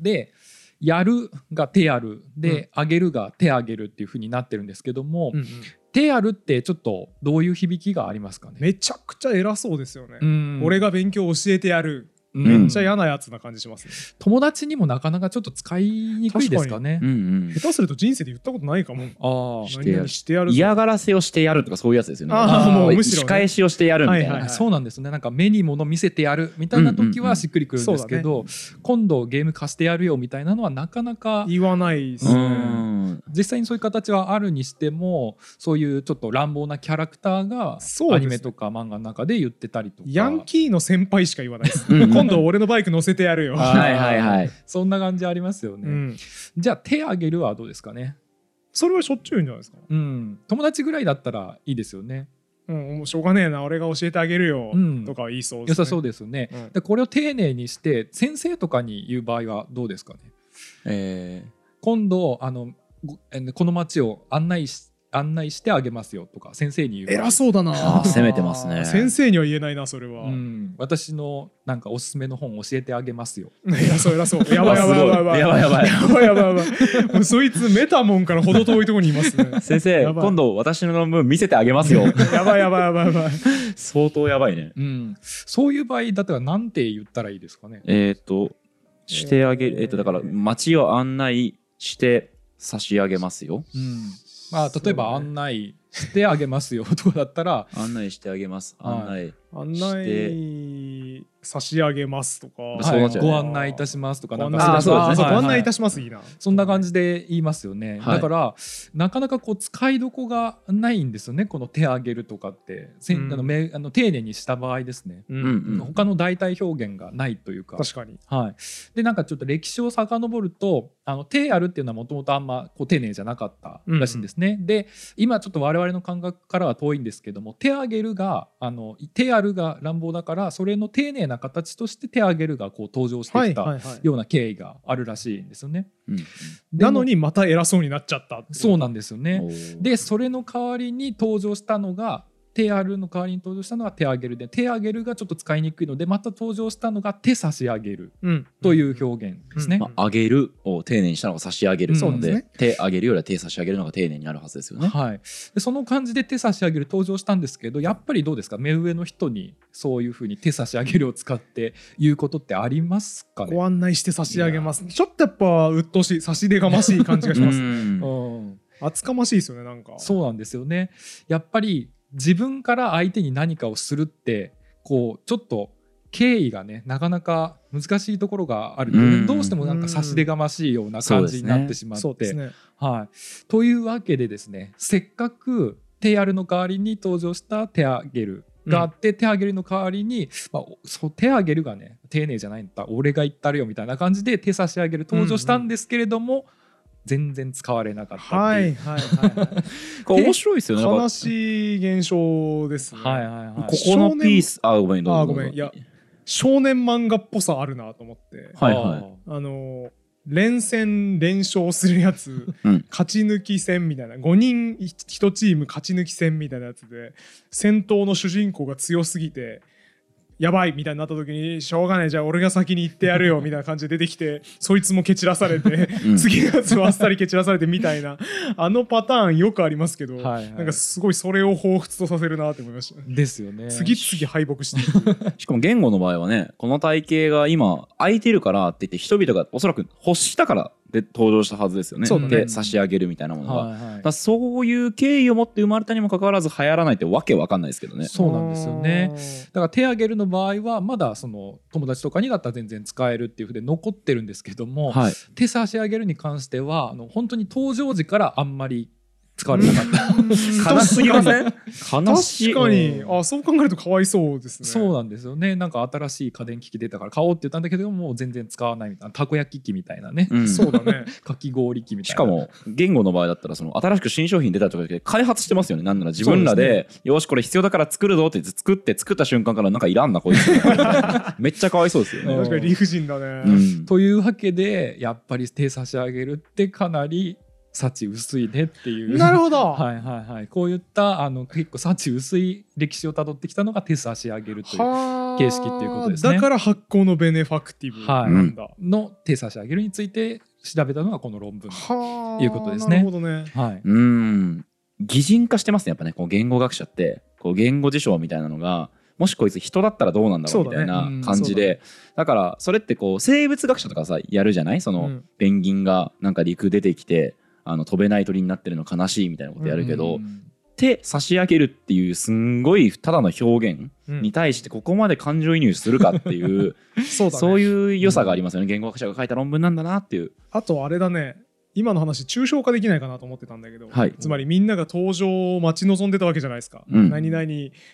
Speaker 1: で「やる」が「手やる」で「あげる」が「手あげる」っていうふうになってるんですけども「手やる」ってちょっとどういう響きがありますかね、
Speaker 3: めちゃくちゃ偉そうですよね、
Speaker 1: うん
Speaker 3: 俺が勉強教えてやる
Speaker 1: うん
Speaker 2: め
Speaker 3: めっちゃ嫌なやつな感じします、ね
Speaker 1: 友達にもなかなかちょっと使いにくいですかね
Speaker 2: う。んうん
Speaker 3: 下手すると人生で言ったことないかも
Speaker 1: あ
Speaker 2: し
Speaker 1: ー
Speaker 2: て
Speaker 3: 何
Speaker 2: やる
Speaker 3: 々してやる
Speaker 2: 嫌がらせをしてやるとかそういうやつですよね
Speaker 3: あ
Speaker 1: ーもう
Speaker 3: むしろね
Speaker 2: 仕返しをしてやるみたいな、
Speaker 3: はいはい
Speaker 1: そうなんですねなんか目に物見せてやるみたいな時
Speaker 2: うんうんう
Speaker 1: は
Speaker 2: ん
Speaker 1: しっくりくるんですけど、今度ゲーム貸してやるよみたいなのはなかなか
Speaker 3: 言わないです
Speaker 2: う
Speaker 3: ね、
Speaker 2: ん
Speaker 1: 実際にそういう形はあるにしてもそういうちょっと乱暴なキャラクターが
Speaker 3: そうですね
Speaker 1: アニメとか漫画の中で言ってたりとか
Speaker 3: ヤンキーの先輩しか言わないで
Speaker 2: <laughs>
Speaker 3: す
Speaker 2: うんうん
Speaker 3: 今度俺のバイク乗せてやるよ、
Speaker 1: あ
Speaker 2: はいはいはい
Speaker 1: そんな感じありますよね、
Speaker 3: うん
Speaker 1: じゃあ手あげるはどうですかね
Speaker 3: それはしょっちゅう言うんじゃないですか
Speaker 1: うん友達ぐらいだったらいいですよね
Speaker 3: うん、もうしょうがねえな俺が教えてあげるよ、
Speaker 1: うん
Speaker 3: とかは言いそうで
Speaker 1: 良
Speaker 3: す、ね、
Speaker 1: さそうですよね、
Speaker 3: うん
Speaker 1: でこれを丁寧にして先生とかに言う場合はどうですかね
Speaker 2: え
Speaker 1: 今度あのごえーこの街を案内し案内してあげますよとか先生に言う
Speaker 3: 偉そうだな
Speaker 2: あー攻めてます <laughs> ね
Speaker 3: 先生には言えないなそれ
Speaker 1: う
Speaker 3: は、
Speaker 1: ん、私のなんかおすすめの本教えてあげますよ
Speaker 3: 偉そう偉そうやばいやばいやばい
Speaker 2: やばいや
Speaker 3: やば
Speaker 2: ばい
Speaker 3: いやばいやばいもうそいつメタモンから程遠いところにいますね
Speaker 2: 先生
Speaker 3: やばい
Speaker 2: 今度私の論文見せてあげますよ
Speaker 3: <laughs> やばいやばいやばいやばい
Speaker 2: 相当やばいね
Speaker 1: うん、そういう場合だったら何て言ったらいいですかね。
Speaker 2: えっ、としてあげ
Speaker 3: え
Speaker 2: る
Speaker 3: ー
Speaker 2: えっ、とだから街を案内して差し上げますよ
Speaker 1: うんまあ、例えば
Speaker 3: そうね
Speaker 1: 案内してあげますよとかだったら、
Speaker 2: 案内してあげます案
Speaker 1: は
Speaker 2: 内
Speaker 3: 案内差し上げますとか、
Speaker 2: あ <laughs> そうなっちゃうね
Speaker 1: ご案内いたしますとか
Speaker 3: ご
Speaker 1: なん
Speaker 3: 案
Speaker 1: か
Speaker 3: 内
Speaker 2: あそうですね
Speaker 3: ご案内いた
Speaker 1: し
Speaker 3: しますいいな
Speaker 1: そんな感じで言いますよね、
Speaker 2: はい
Speaker 1: だからなかなかこう使いどこがないんですよねこの手あげるとかって、せん
Speaker 3: うん
Speaker 1: あのめあの丁寧にした場合ですね、
Speaker 3: う
Speaker 2: うんうん
Speaker 1: 他の代替表現がないというか
Speaker 3: 確かに
Speaker 1: はい、でなんかちょっと歴史を遡るとあの手やるっていうのはもともとあんまこう丁寧じゃなかったらしいんですね、で今ちょっと我々の感覚からは遠いんですけども手あげるがあの手やるが乱暴だからそれの丁寧な形として手あげるがこう登場して
Speaker 3: は
Speaker 1: き
Speaker 3: い
Speaker 1: た
Speaker 3: はいはい
Speaker 1: ような経緯があるらしいんですよね。
Speaker 2: うん
Speaker 1: で
Speaker 3: なの
Speaker 1: も
Speaker 3: にまた偉そうになっちゃった
Speaker 1: そう
Speaker 3: な
Speaker 1: なんですよね。
Speaker 2: おー
Speaker 1: でそれの代わりに登場したのが手やるの代わりに登場したのが手あげるで手あげるがちょっと使いにくいのでまた登場したのが手差し上げる
Speaker 3: うん
Speaker 1: という表現ですね。
Speaker 3: うん
Speaker 2: まあ、上げるを丁寧にしたのが差し上げる
Speaker 1: うん
Speaker 2: なので,、
Speaker 3: そうで
Speaker 2: 手上げるよりは手差し上げるのが丁寧になるはずですよね。
Speaker 1: はい、でその感じで手差し上げる登場したんですけどやっぱりどうですか目上の人にそういうふうに手差し上げるを使って言うことってありますかね
Speaker 3: ご案内して差し上げますちょっとやっぱ鬱陶しい差し出がましい感じがします
Speaker 2: うん
Speaker 1: うん、
Speaker 3: 厚かましいですよねなんか
Speaker 1: そうなんですよねやっぱり自分から相手に何かをするってこうちょっと敬意がねなかなか難しいところがあるので、
Speaker 2: うん
Speaker 1: どうしてもなんか差し出がましいような感じになってしまって、
Speaker 3: そうですね
Speaker 1: はい、というわけでですねせっかく手やるの代わりに登場した手あげるがあって、手あげるの代わりに、まあ、おそう手あげるがね丁寧じゃないんだ俺が言ったるよみたいな感じで手差し上げる登場したんですけれども、全然使われなかったっていう
Speaker 3: はいは
Speaker 1: <laughs>
Speaker 3: いは
Speaker 2: これ面白いですよね。
Speaker 3: い
Speaker 2: なん
Speaker 3: はい
Speaker 2: か
Speaker 3: 悲しい現象ですね
Speaker 1: はいはいはい
Speaker 2: ここのピース、あ、ごめん、どうぞ。
Speaker 3: あごめんいや少年漫画っぽさあるなと思って
Speaker 2: はいはい。
Speaker 3: あのー連戦連勝するやつ、
Speaker 2: うん
Speaker 3: 勝ち抜き戦みたいな5人1チーム勝ち抜き戦みたいなやつで戦闘の主人公が強すぎてやばいみたいになった時にしょうがないじゃあ俺が先に行ってやるよみたいな感じで出てきてそいつも蹴散らされて、
Speaker 2: うん
Speaker 3: 次のやつもあっさり蹴散らされてみたいなあのパターンよくありますけど、
Speaker 1: はいはい
Speaker 3: なんかすごいそれを彷彿とさせるなって思いました、
Speaker 1: ですよね
Speaker 3: 次々敗北していく
Speaker 2: しかも言語の場合はね、この体系が今空いてるからって言って、人々がおそらく欲したからで登場したはずですよね。
Speaker 3: そうだね
Speaker 2: で差し上げるみたいなものが。
Speaker 1: はいはい
Speaker 2: <laughs> だからそういう敬意を持って生まれたにもかかわらず流行らないってわけわかんないですけどね。
Speaker 1: そうなんですよねだから手あげるの場合はまだその友達とかにだったら全然使えるっていうふうで残ってるんですけども、
Speaker 2: はい。
Speaker 1: 手差し上げるに関してはあの本当に登場時からあんまり使われなかった、
Speaker 3: 悲
Speaker 2: ん悲しい。
Speaker 3: 確かに、
Speaker 1: うん
Speaker 3: あそう考えるとかわいそうですね
Speaker 1: そうなんですよねなんか新しい家電機器出たから買おうって言ったんだけどもう全然使わないみたいなたこ焼き器みたいなね、
Speaker 2: うん
Speaker 3: そうだ
Speaker 1: <laughs>
Speaker 3: ね
Speaker 1: かき氷機みたいな
Speaker 2: しかも言語の場合だったらその新しく新商品出たとかで開発してますよねなんなら自分らでよしこれ必要だから作るぞって言って作って作った瞬間からなんかいらんなこいつめっちゃかわいそうですよね、
Speaker 1: うん
Speaker 3: 確かに理不尽だ
Speaker 2: う
Speaker 3: ね、
Speaker 2: ん、
Speaker 1: というわけでやっぱり手差し上げるってかなり幸薄いねっていう
Speaker 3: なるほど、
Speaker 1: <laughs> はいはいはいこういったあの結構幸薄い歴史をたどってきたのが手差し上げるという
Speaker 3: はあ
Speaker 1: 形式っていうことですね
Speaker 3: だから発行のベネファクティブなんだ、は
Speaker 1: の手差し上げるについて調べたのがこの論文。
Speaker 3: あ
Speaker 1: いうことですね
Speaker 3: なるほどね
Speaker 1: はい、
Speaker 2: うん擬人化してますねやっぱねこう言語学者ってこう言語辞書みたいなのがもしこいつ人だったらどうなんだろう
Speaker 3: そ
Speaker 2: み
Speaker 3: うだ
Speaker 2: た
Speaker 3: ね
Speaker 2: いな
Speaker 1: うん
Speaker 2: 感じで、だからそれってこう生物学者とかさやるじゃないその、
Speaker 3: うん
Speaker 2: ペンギンがなんか陸出てきてあの飛べない鳥になってるの悲しいみたいなことやるけど、
Speaker 1: うん
Speaker 2: 手差し上げるっていうすんごいただの表現
Speaker 3: うん
Speaker 2: に対してここまで感情移入するかっていう、
Speaker 3: <laughs> そうだね
Speaker 2: そういう良さがありますよね、言語学者が書いた論文なんだなっていう。
Speaker 3: あとあれだね今の話抽象化できないかなと思ってたんだけど、
Speaker 2: はい
Speaker 3: つまりみんなが登場を待ち望んでたわけじゃないですか、
Speaker 2: うん
Speaker 3: 何々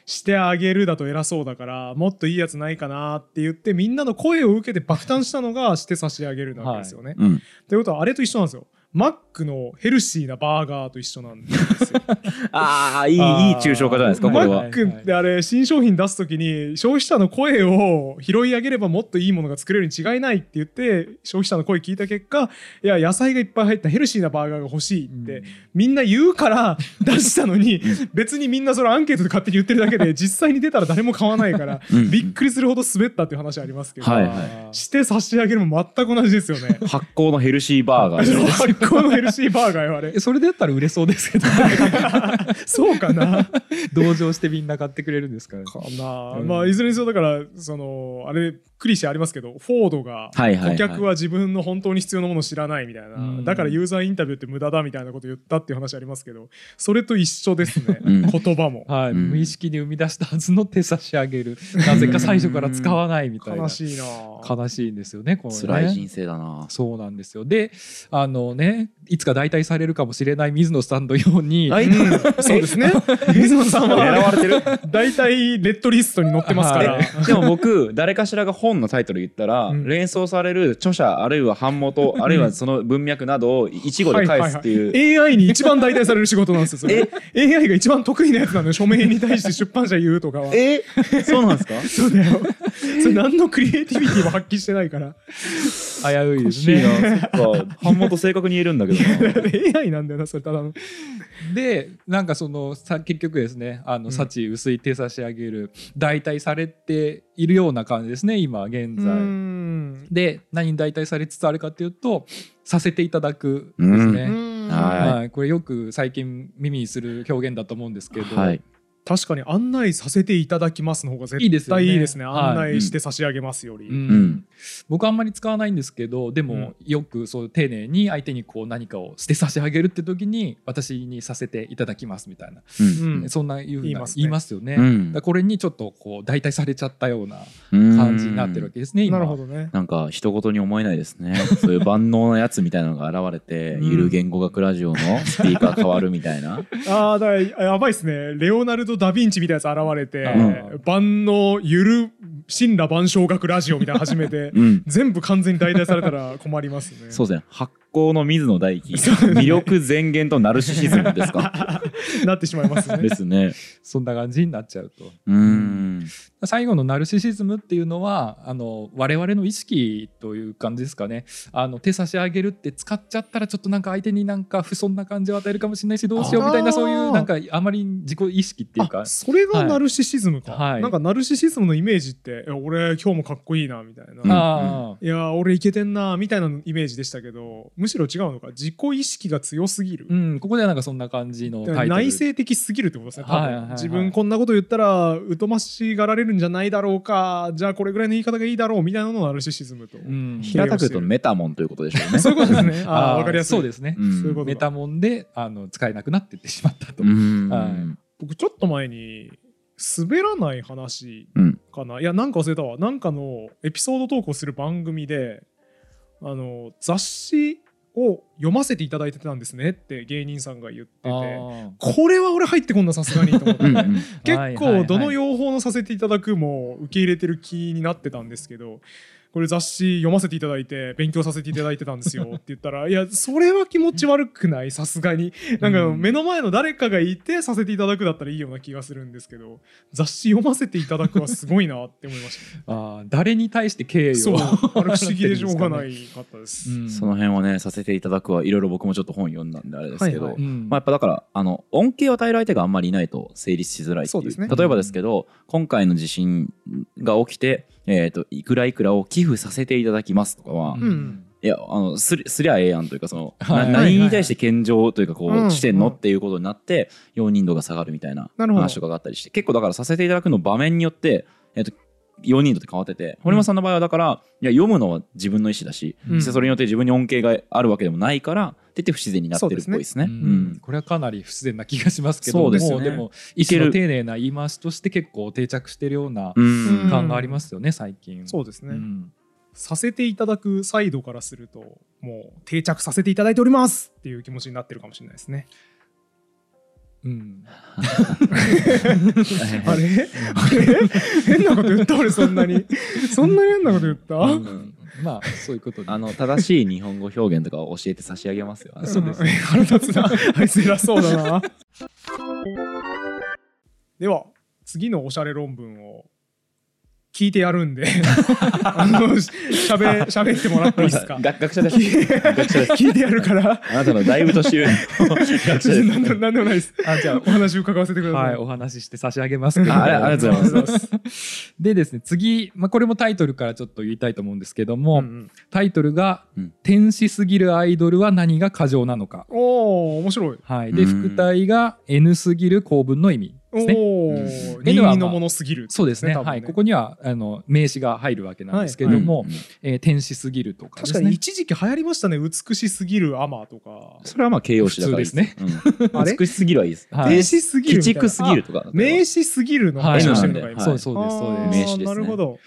Speaker 3: してあげるだと偉そうだからもっといいやつないかなって言ってみんなの声を受けて爆誕したのがして差し上げるなわけですよね、
Speaker 2: うん
Speaker 3: ということはあれと一緒なんですよマックのヘルシーなバーガーと一緒なんです
Speaker 2: <laughs>
Speaker 3: よ。
Speaker 2: ああいいいい
Speaker 1: あー
Speaker 2: 抽象化じゃないですかこ
Speaker 3: マ
Speaker 2: れ
Speaker 1: ま
Speaker 2: は
Speaker 3: ックってあれ新商品出す時に消費者の声を拾い上げればもっといいものが作れるに違いないって言って消費者の声聞いた結果いや野菜がいっぱい入ったヘルシーなバーガーが欲しいって、みんな言うから出したのに別にみんなそれアンケートで勝手に言ってるだけ
Speaker 2: <laughs>
Speaker 3: で実際に出たら誰も買わないから
Speaker 2: うん
Speaker 3: びっくりするほど滑ったっていう話ありますけど、
Speaker 2: はい。
Speaker 3: して差し上げるも全く同じですよね
Speaker 2: 発酵のヘルシーバー <laughs> ガー
Speaker 3: 発
Speaker 2: です
Speaker 3: 酵のヘルシーバーガーよあれ
Speaker 1: えそれだったら売れそうですけど
Speaker 2: <laughs>
Speaker 3: そうかな
Speaker 1: 同情してみんな買ってくれるんですからね
Speaker 3: かな、
Speaker 1: うん
Speaker 3: まあいずれにせよだからそのあれクリシェありますけどフォードが
Speaker 2: はいはいは
Speaker 3: 顧
Speaker 2: い
Speaker 3: 客は自分の本当に必要なものを知らないみたいな、
Speaker 1: うん
Speaker 3: だからユーザーインタビューって無駄だみたいなこと言ったっていう話ありますけどそれと一緒ですね、
Speaker 2: うん
Speaker 3: 言葉も
Speaker 1: はい、
Speaker 2: うん
Speaker 1: 無意識に生み出したはずの手差し上げるなぜか最初から使わないみたいな
Speaker 3: 悲しいな
Speaker 1: 悲しいんですよねこのね
Speaker 2: 辛い人生だ
Speaker 3: <laughs>
Speaker 2: な
Speaker 1: そうなんですよであのねいつか代替されるかもしれない水野さんのように
Speaker 2: はい
Speaker 3: うんそうですね水野さんは
Speaker 2: 狙われてる
Speaker 3: 大体レッドリストに載ってますから、
Speaker 1: は
Speaker 2: でも僕誰かしらが本のタイトル言ったら、
Speaker 3: うん
Speaker 2: 連想される著者あるいは版元あるいはその文脈などを一語で返すっていう、
Speaker 3: AI に一番代替される仕事なんですよそれ AI が一一番得意なやつなんで署名に対して出版社言うとかは
Speaker 2: えそうなんですか
Speaker 3: そうだよ。それ何のクリエイティビティも発揮してないから。
Speaker 1: 危ういですね
Speaker 2: そっか版元正確に言えるんだけ
Speaker 3: <laughs>
Speaker 2: どな
Speaker 3: AI なんだよな、それただの。
Speaker 1: でなんかそのさ結局ですねあの、
Speaker 3: うん
Speaker 1: 幸薄い手差し上げる代替されているような感じですね今現在。
Speaker 3: ん。
Speaker 1: で何に代替されつつあるかというとさせていただく
Speaker 2: う
Speaker 1: です
Speaker 2: ん
Speaker 1: ね。
Speaker 2: はい
Speaker 1: はい、これよく最近耳にする表現だと思うんですけど、
Speaker 2: <laughs> はい
Speaker 3: 確かに案内させていただきますの方が絶対
Speaker 1: いいですよね
Speaker 3: いいですね。
Speaker 1: はい
Speaker 3: 案内して差し上げますより。
Speaker 1: うん
Speaker 2: うん
Speaker 1: 僕あんまり使わないんですけどで
Speaker 3: う
Speaker 1: も
Speaker 3: ん
Speaker 1: よくそう丁寧に相手にこう何かをして差し上げるって時に私にさせていただきますみたいな、
Speaker 2: うん
Speaker 1: そんないうふう
Speaker 3: 言い
Speaker 1: な
Speaker 3: ますね
Speaker 1: 言いますよね。
Speaker 2: うん
Speaker 1: だからこれにちょっとこう代替されちゃったような
Speaker 2: うん
Speaker 1: 感じになってるわけですね、今
Speaker 3: なるほどね。
Speaker 2: なんか人事に思えないですねそういう万能なやつみたいなのが現れて、
Speaker 1: うん
Speaker 2: ゆる言語学ラジオのスピーカー変わるみたいな、
Speaker 3: ああ、だからやばいですね。レオナルド・ダ・ヴィンチみたいなやつ現れて
Speaker 1: うん、
Speaker 3: 万能ゆる神羅万象学ラジオみたいなの始めて
Speaker 2: うん
Speaker 3: <laughs> 全部完全に代替されたら困りますね。
Speaker 2: そうですね発酵の水野大輝魅力全言とナルシシズムですか
Speaker 3: なってしまいますね
Speaker 2: で。すね
Speaker 1: そんな感じになっちゃうと
Speaker 2: うん
Speaker 1: 最後のナルシシズムっていうのはあの我々の意識という感じですかねあの手差し上げるって使っちゃったらちょっとなんか相手になんか不損な感じを与えるかもしれないしどうしようみたい
Speaker 3: あー
Speaker 1: なそういうなんかあまり自己意識っていうか
Speaker 3: あそれがナルシシズムか、
Speaker 1: はい
Speaker 3: なんかナルシシズムのイメージっていや俺今日もかっこいいなみたいな、
Speaker 2: うん
Speaker 3: い
Speaker 1: あー
Speaker 3: や俺イケてんなみたいなイメージでしたけどむしろ違うのか自己意識が強すぎる、
Speaker 1: うん、ここではなんかそんな感じの
Speaker 3: だ
Speaker 1: タ
Speaker 3: から
Speaker 1: イトル
Speaker 3: 内省的すぎるってことですね、多分
Speaker 1: はいはいはい
Speaker 3: 自分こんなこと言ったら疎ましがられるんじゃないだろうかじゃあこれぐらいの言い方がいいだろうみたいなのをナルシシズムと、
Speaker 1: うん
Speaker 2: 平たく言うとメタモンということでしょうね。
Speaker 3: そういうことで
Speaker 1: <laughs>
Speaker 3: すねああ
Speaker 1: ー
Speaker 3: 分かりやすい
Speaker 1: そうですね、
Speaker 2: うん
Speaker 3: そういうことだ
Speaker 1: メタモンであの使えなくなっていってしまったと、
Speaker 2: うん
Speaker 1: はい
Speaker 3: 僕ちょっと前に滑らない話
Speaker 2: うん
Speaker 3: かな、いやなんか忘れたわなんかのエピソード投稿する番組であの雑誌を読ませていただいてたんですねって芸人さんが言って
Speaker 1: あ
Speaker 3: て
Speaker 1: ー
Speaker 3: これは俺入ってこんなさすがにと思って
Speaker 2: うんうん
Speaker 1: はい
Speaker 3: 結
Speaker 1: はいは
Speaker 3: 構
Speaker 1: い
Speaker 3: どの用法のさせていただくも受け入れてる気になってたんですけどこれ雑誌読ませていただいて勉強させていただいてたんですよって言ったらいやそれは気持ち悪くないさすがになんか
Speaker 1: うん
Speaker 3: 目の前の誰かがいてさせていただくだったらいいような気がするんですけど雑誌読ませていただくはすごいなって思いまし
Speaker 1: あー誰に対して敬意を
Speaker 3: たそうあれ不思議でしょうが
Speaker 1: な
Speaker 3: ないいかったです、
Speaker 1: うん
Speaker 2: その辺はねさせていただくはいろいろ僕もちょっと本読んだんであれですけど、
Speaker 3: はいは
Speaker 1: う
Speaker 3: い
Speaker 1: ん
Speaker 2: まあ、やっぱだからあの恩恵を与える相手があんまりいないと成立しづらいって
Speaker 3: そう
Speaker 2: い
Speaker 3: です
Speaker 2: う
Speaker 3: ね
Speaker 2: 例えばですけど今回の地震が起きて、えー、といくらいくらを寄付させていただきますとかは、
Speaker 1: うん
Speaker 2: いやあのすりすりゃええやんというかその、
Speaker 1: はい
Speaker 2: な何に対して献上というかこう、
Speaker 3: はいはい
Speaker 2: してんの
Speaker 3: うん
Speaker 2: っていうことになって容認度が下がるみたいな
Speaker 3: なるほど
Speaker 2: 話とかがあったりして結構だからさせていただくの場面によって、えっと容認度って変わってて堀本さんの場合はだから、いや読むのは自分の意思だし、
Speaker 3: うん
Speaker 2: 実際それによって自分に恩恵があるわけでもないからって言って不自然になってるっぽいですね。
Speaker 1: う
Speaker 2: うん
Speaker 1: んこれはかなり不自然な気がしますけど
Speaker 2: そうです
Speaker 1: も
Speaker 2: よ
Speaker 1: う
Speaker 2: ね
Speaker 1: でも
Speaker 2: い
Speaker 1: 一
Speaker 2: け
Speaker 1: 種
Speaker 2: る
Speaker 1: の丁寧な言い回しとして結構定着してるような
Speaker 2: うん
Speaker 1: 感がありますよね、最近。
Speaker 3: そうですね、
Speaker 1: うん
Speaker 3: させていただくサイドからするともう定着させていただいておりますっていう気持ちになってるかもしれないですね
Speaker 1: うん
Speaker 3: あれあれ変なこと言った俺そんなにそんなに変なこと言った、
Speaker 1: うんまあそういうことで
Speaker 2: あの正しい日本語表現とかを教えて差し上げますよ。あの
Speaker 1: そうです
Speaker 3: ん腹立つな。あいつ偉そうだな。では、次のおしゃれ論文を聞いてやるんで、 <laughs> あの、ししゃべ、しゃべってもらっていいですか。
Speaker 2: 学学者です。学者です。
Speaker 3: 聞いてやるから、
Speaker 2: あなたのだいぶ年
Speaker 1: <laughs>
Speaker 2: 上の学者です。
Speaker 3: なんでなんでもないです。
Speaker 1: あじゃあ
Speaker 3: お話伺わせてくださ。
Speaker 1: はいい、お話しして差し上げますけど
Speaker 2: あありありがとうござい
Speaker 1: ますでですね次、まあ、これもタイトルからちょっと言いたいと思うんですけども、
Speaker 3: うんうん
Speaker 1: タイトルが
Speaker 2: うん
Speaker 1: 「天使すぎるアイドルは何が過剰なのか」
Speaker 3: おー、面白い。
Speaker 1: はい、で
Speaker 2: うん
Speaker 1: 副題が「N すぎる構文の意味」
Speaker 3: お
Speaker 1: ですね。
Speaker 3: ー、
Speaker 2: うん
Speaker 1: N はまあ
Speaker 3: 任意のものすぎる。
Speaker 1: そうですね
Speaker 3: 多分
Speaker 1: はい、ここにはあの名詞が入るわけなんですけども「
Speaker 2: うん
Speaker 1: えー天使すぎる」とかで
Speaker 3: 確
Speaker 1: す
Speaker 3: か
Speaker 1: ね
Speaker 3: に一時期流行りましたね、美しすぎるアマとか。
Speaker 2: それはまあ形容詞だからいい
Speaker 1: 普
Speaker 2: うん
Speaker 3: あれ
Speaker 2: 美しすぎるはいいです。
Speaker 1: はい
Speaker 3: 名詞すぎる
Speaker 2: 鬼
Speaker 3: みたいな。
Speaker 2: 畜すぎるとか
Speaker 3: あ。。名詞すぎるの
Speaker 1: はい
Speaker 3: 話をしてるのが
Speaker 2: はい
Speaker 3: 今。
Speaker 1: そうそうですそうです
Speaker 2: 名詞ですね
Speaker 3: あーなるほど。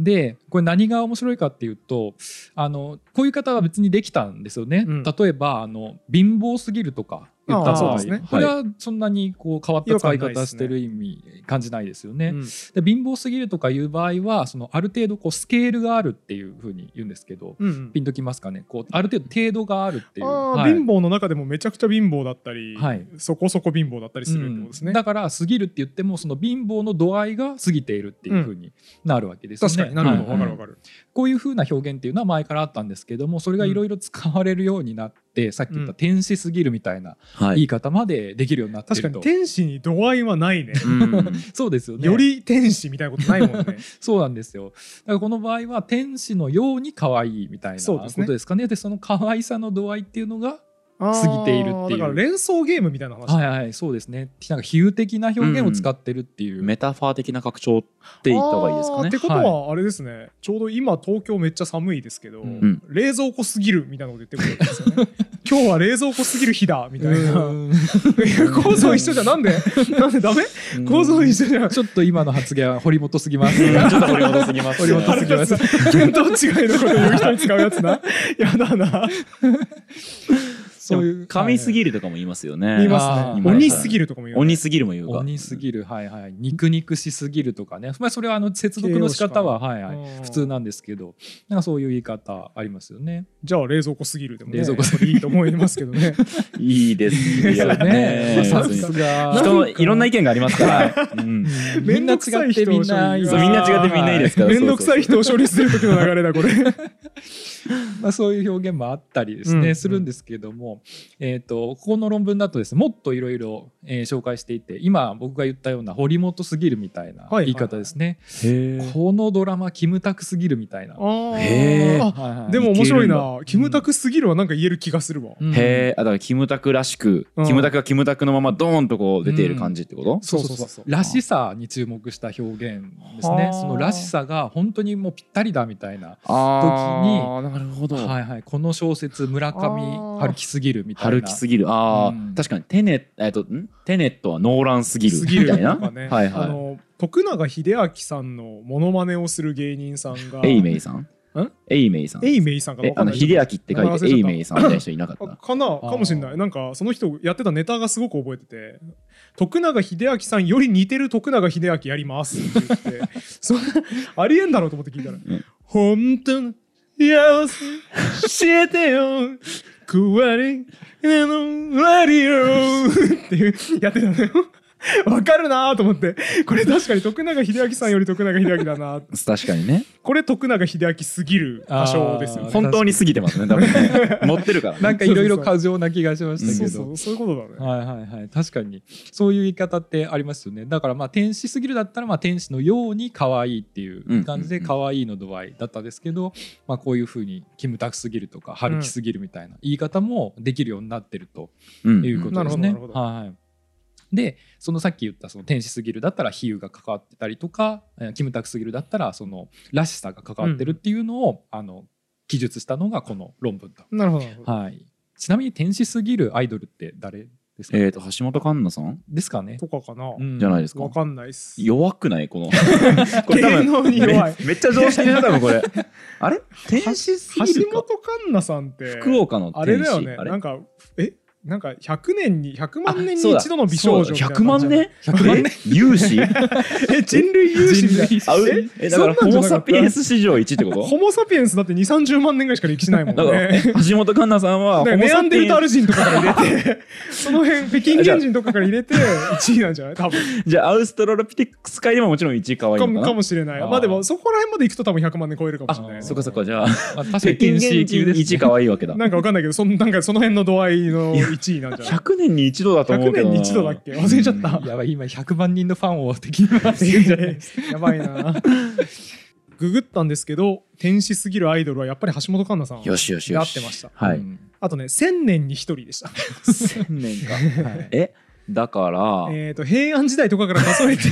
Speaker 1: でこれ何が面白いかっていうとあのこういう方は別にできたんですよね、
Speaker 3: うん
Speaker 1: 例えばあの貧乏すぎるとか言った
Speaker 3: あー
Speaker 1: 場合
Speaker 3: そうですね
Speaker 1: これはそんなにこう変わった使い
Speaker 3: 違和感ないで
Speaker 1: 方
Speaker 3: す
Speaker 1: し
Speaker 3: ね
Speaker 1: てる意味感じないですよね。
Speaker 3: うん
Speaker 1: で貧乏すぎるとかいう場合はそのある程度こうスケールがあるっていうふうに言うんですけど、
Speaker 3: うん
Speaker 1: ピンときますかねこうある程度程度があるっていう。
Speaker 3: あー
Speaker 1: はい
Speaker 3: 貧乏の中でもめちゃくちゃ貧乏だったり、
Speaker 1: はい
Speaker 3: そこそこ貧乏だったりするってことです
Speaker 1: う
Speaker 3: ね。
Speaker 1: んだから過ぎるって言ってもその貧乏の度合いが過ぎているっていうふうになるわけですよね。
Speaker 3: 確かになるほど、
Speaker 1: はい
Speaker 3: わかるわかる。
Speaker 1: こういうふうな表現っていうのは前からあったんですけどもそれがいろいろ使われるようになって、さっき言っ
Speaker 3: うん
Speaker 1: た天使すぎるみたいな
Speaker 2: は
Speaker 1: 言い
Speaker 2: い。
Speaker 1: 方までできるようになって
Speaker 3: 確か
Speaker 1: ると
Speaker 3: に天使に度合いはないね。
Speaker 2: うん
Speaker 1: そうですよね
Speaker 3: より天使みたいなことないもんね。
Speaker 1: そうなんですよだからこの場合は天使のように可愛いみたいな
Speaker 3: そう
Speaker 1: こ
Speaker 3: ですね
Speaker 1: とですかねでその可愛さの度合いっていうのが
Speaker 3: あー
Speaker 1: <laughs> 過ぎているっていう
Speaker 3: だから連想ゲームみたいな話。
Speaker 1: はいはいそうですねなんか比喩的な表現を使ってるっていう、
Speaker 2: メタファー的な拡張って言った方がいいですか
Speaker 3: あーっ
Speaker 2: ね
Speaker 3: て。ことはあれですね、ちょうど今東京めっちゃ寒いですけど、
Speaker 1: うん
Speaker 3: 冷蔵庫すぎるみたいなこと言ってくるんですよね今日は冷蔵庫すぎる日だみたいな
Speaker 1: う
Speaker 3: いや構造一緒じゃんなんでなんでダメ
Speaker 1: ん
Speaker 3: 構造一緒じゃ
Speaker 1: <laughs>
Speaker 3: ん
Speaker 1: ちょっと今の発言は堀本すぎます
Speaker 2: ちょっと掘り戻すぎますね
Speaker 1: 掘り戻すぎ <laughs> ます
Speaker 3: 見当違いのこと言う人に使うやつなやだな
Speaker 1: そういう
Speaker 2: 神すぎるとかも言いますよね。
Speaker 3: 言い
Speaker 1: あ
Speaker 3: ま
Speaker 1: ー
Speaker 3: すね鬼すぎるとかも言う
Speaker 2: 鬼すぎるも言うか。
Speaker 1: 鬼すぎる、はいはい、肉肉しすぎるとかね、まあ、それはあの接続の仕方は、はいはい、
Speaker 3: うん
Speaker 1: 普通なんですけど、なんかそういう言い方ありますよね。
Speaker 3: じゃあ冷蔵庫すぎるでも、ね、
Speaker 1: 冷蔵庫す
Speaker 3: いいと思いますけどね
Speaker 2: いいです
Speaker 1: ですよね。まあさすが。
Speaker 2: 人のいろんな意見がありますから。うん
Speaker 1: うん
Speaker 3: め
Speaker 1: み
Speaker 3: ん
Speaker 1: んな違
Speaker 3: ど
Speaker 1: っ
Speaker 3: くさい人
Speaker 1: てみんな
Speaker 3: を
Speaker 1: いい
Speaker 2: そうみんな違ってみんないいですから。
Speaker 3: めんどくさい人を処理する時の流れだこれ
Speaker 1: まあ、そういう表現もあったりですね、
Speaker 3: うん
Speaker 1: するんですけども、えー、とここの論文だとですねもっといろいろえー紹介していて今僕が言ったような堀本すぎるみたいな
Speaker 3: はいはい
Speaker 1: 言い方ですね、
Speaker 2: そうそうへー
Speaker 1: このドラマキムタクすぎるみたいな、
Speaker 3: あ
Speaker 2: へー
Speaker 3: あ
Speaker 1: はいはい
Speaker 3: でも面白いな
Speaker 1: け
Speaker 3: キ
Speaker 1: るんだ
Speaker 3: ムタクすぎるはなんか言える気がするわ、
Speaker 1: うん
Speaker 2: へえ、あだからキムタクらしく、
Speaker 3: うん
Speaker 2: キムタクがキムタクのままドーンとこう出ている感じってこと、
Speaker 1: そうそうそう
Speaker 3: そうそうそう
Speaker 1: らしさに注目した表現です
Speaker 2: はあ
Speaker 1: ねそのらしさが本当にもうぴったりだみたいな、
Speaker 2: ああ、なるほど。
Speaker 1: はいはい、この小説村上春樹すぎるみたいな
Speaker 2: 春樹すぎる。ああ、
Speaker 1: うん
Speaker 2: 確かにテネ、えっと、んテネットはノーランすぎる
Speaker 3: す
Speaker 2: み
Speaker 3: ぎる
Speaker 2: たいな。
Speaker 3: とかね
Speaker 2: はい
Speaker 3: あ
Speaker 2: は
Speaker 3: の徳永英明さんのモノマネをする芸人さんが
Speaker 2: い。エイメイさん。エイメイさん。
Speaker 3: エイメイさんかな
Speaker 2: え
Speaker 3: わ、か
Speaker 2: あ
Speaker 3: ん
Speaker 2: の
Speaker 3: ない
Speaker 2: 秀明って書いてエイメイさんみたいな人いなかっ
Speaker 3: <laughs> あ
Speaker 2: た。
Speaker 3: かなかもしれな
Speaker 1: あ
Speaker 3: い
Speaker 1: ー
Speaker 3: なんかその人やってたネタがすごく覚えてて徳永英明さんより似てる徳永英明やりますって言
Speaker 2: <laughs>
Speaker 3: ってそんなありえんだろうと思って聞いたら
Speaker 2: ん
Speaker 3: 「本当の幸せ教えてよ食われなのラリオ」っていうやってたのよ。わかるなーと思ってこれ確かに徳永英明さんより徳永英明だな
Speaker 2: 確かにね。
Speaker 3: これ徳永英明すぎる多少ですよ
Speaker 1: あ
Speaker 3: ね
Speaker 1: ー
Speaker 2: 本当に過ぎてますね、多分ね。持ってるから、
Speaker 1: な
Speaker 2: ね。
Speaker 1: んかいろいろ過剰な気がしましたけど。
Speaker 3: そうそうそういうことだね
Speaker 1: はいはいはい、確かにそういう言い方ってありますよねだからまあ天使すぎるだったらまあ天使のように可愛いっていう感じ
Speaker 2: う
Speaker 1: で
Speaker 2: んうん
Speaker 1: 可愛いの度合いだったんですけど、まあ、こういうふうにキムタクすぎるとか春樹すぎるみたいな言い方もできるようになってると
Speaker 2: うん
Speaker 1: いうことです
Speaker 3: な
Speaker 1: ね
Speaker 3: るほどなるほ。ど
Speaker 1: はいでそのさっき言ったその天使すぎるだったら比喩が関わってたりとかえーキムタクすぎるだったらそのらしさが関わってるっていうのを、あの記述したのがこの論文だ、
Speaker 3: なるほどなるほど
Speaker 1: はい、ちなみに天使すぎるアイドルって誰ですか、
Speaker 2: えっと、橋本環奈さん
Speaker 1: ですかね、
Speaker 3: とかかな、
Speaker 1: うん
Speaker 2: じゃないですか
Speaker 3: わ。かんないっす。
Speaker 2: 弱くないこの。こ
Speaker 3: 芸能に弱
Speaker 2: <laughs>
Speaker 3: い
Speaker 2: めめっちゃ常識だよ、多分こ
Speaker 3: <laughs>
Speaker 2: れ。あれ天使す
Speaker 3: 橋
Speaker 2: ぎる
Speaker 3: 本
Speaker 2: か
Speaker 3: 環奈さんって、
Speaker 2: 福岡の
Speaker 3: あれ
Speaker 2: 天
Speaker 3: だよ
Speaker 2: 使。
Speaker 3: ね、
Speaker 2: あれ
Speaker 3: なんか、えなんか100年に100
Speaker 2: あ
Speaker 3: 万年
Speaker 2: そ
Speaker 3: に
Speaker 2: うだ
Speaker 3: 一度の美少女みたいな
Speaker 2: 100万年
Speaker 1: 100万年
Speaker 2: え有志
Speaker 3: <laughs> え人類有史みたい
Speaker 2: あう
Speaker 3: え
Speaker 2: えだから
Speaker 3: そ
Speaker 2: ホ
Speaker 3: んなんじゃなかった
Speaker 2: モ・サピエンス史上1ってこ
Speaker 3: な
Speaker 2: と
Speaker 3: ホモ・サピエンスだって2 3 0万年ぐらいしか歴史ないもん
Speaker 2: だから
Speaker 3: ね
Speaker 2: え橋本環奈さんは
Speaker 3: だ
Speaker 2: ホ
Speaker 3: から
Speaker 2: モ・
Speaker 3: ネア
Speaker 2: サ
Speaker 3: ン
Speaker 2: ピ
Speaker 3: デルター
Speaker 2: エン
Speaker 3: ル人とかから入れ
Speaker 2: <laughs>
Speaker 3: てその辺北京原人とかから入れて1位なんじゃない多分
Speaker 2: スじゃあアウストラロピテクス界でももちろん1位可愛い
Speaker 3: か
Speaker 2: の
Speaker 3: も
Speaker 2: か
Speaker 3: か
Speaker 2: な
Speaker 3: もしれない
Speaker 2: あー
Speaker 3: まあでもそこら辺まで行くと多分100万年超えるかもしれない
Speaker 1: あ
Speaker 2: そっかそっかじゃあ
Speaker 1: まあ、確か
Speaker 2: 北
Speaker 1: に
Speaker 2: 京
Speaker 1: 禁
Speaker 2: 原
Speaker 1: 止
Speaker 2: 人
Speaker 1: 級です、ね、
Speaker 2: 1位可愛いわけだ
Speaker 3: なんかわかんないけどそんなんかその辺の度合いの1位なんじゃない
Speaker 2: 100年に一度だと思
Speaker 3: 100
Speaker 2: うけど
Speaker 3: 年
Speaker 2: な
Speaker 3: に一度だっけ忘れちゃった
Speaker 1: やばい今100万人のファンを敵に回してるんじゃない
Speaker 3: やばいなググったんですけど天使すぎるアイドルはやっぱり橋本環奈さん
Speaker 2: よしよし
Speaker 3: や
Speaker 2: よ
Speaker 3: っ
Speaker 2: して
Speaker 3: ました
Speaker 2: は
Speaker 1: う
Speaker 2: い
Speaker 1: ん
Speaker 3: あとね1000年に1人でした
Speaker 2: 1000年
Speaker 3: <laughs>
Speaker 2: か
Speaker 1: はい
Speaker 2: えだから
Speaker 3: えっと平安時代とかから数
Speaker 2: <laughs>
Speaker 3: えて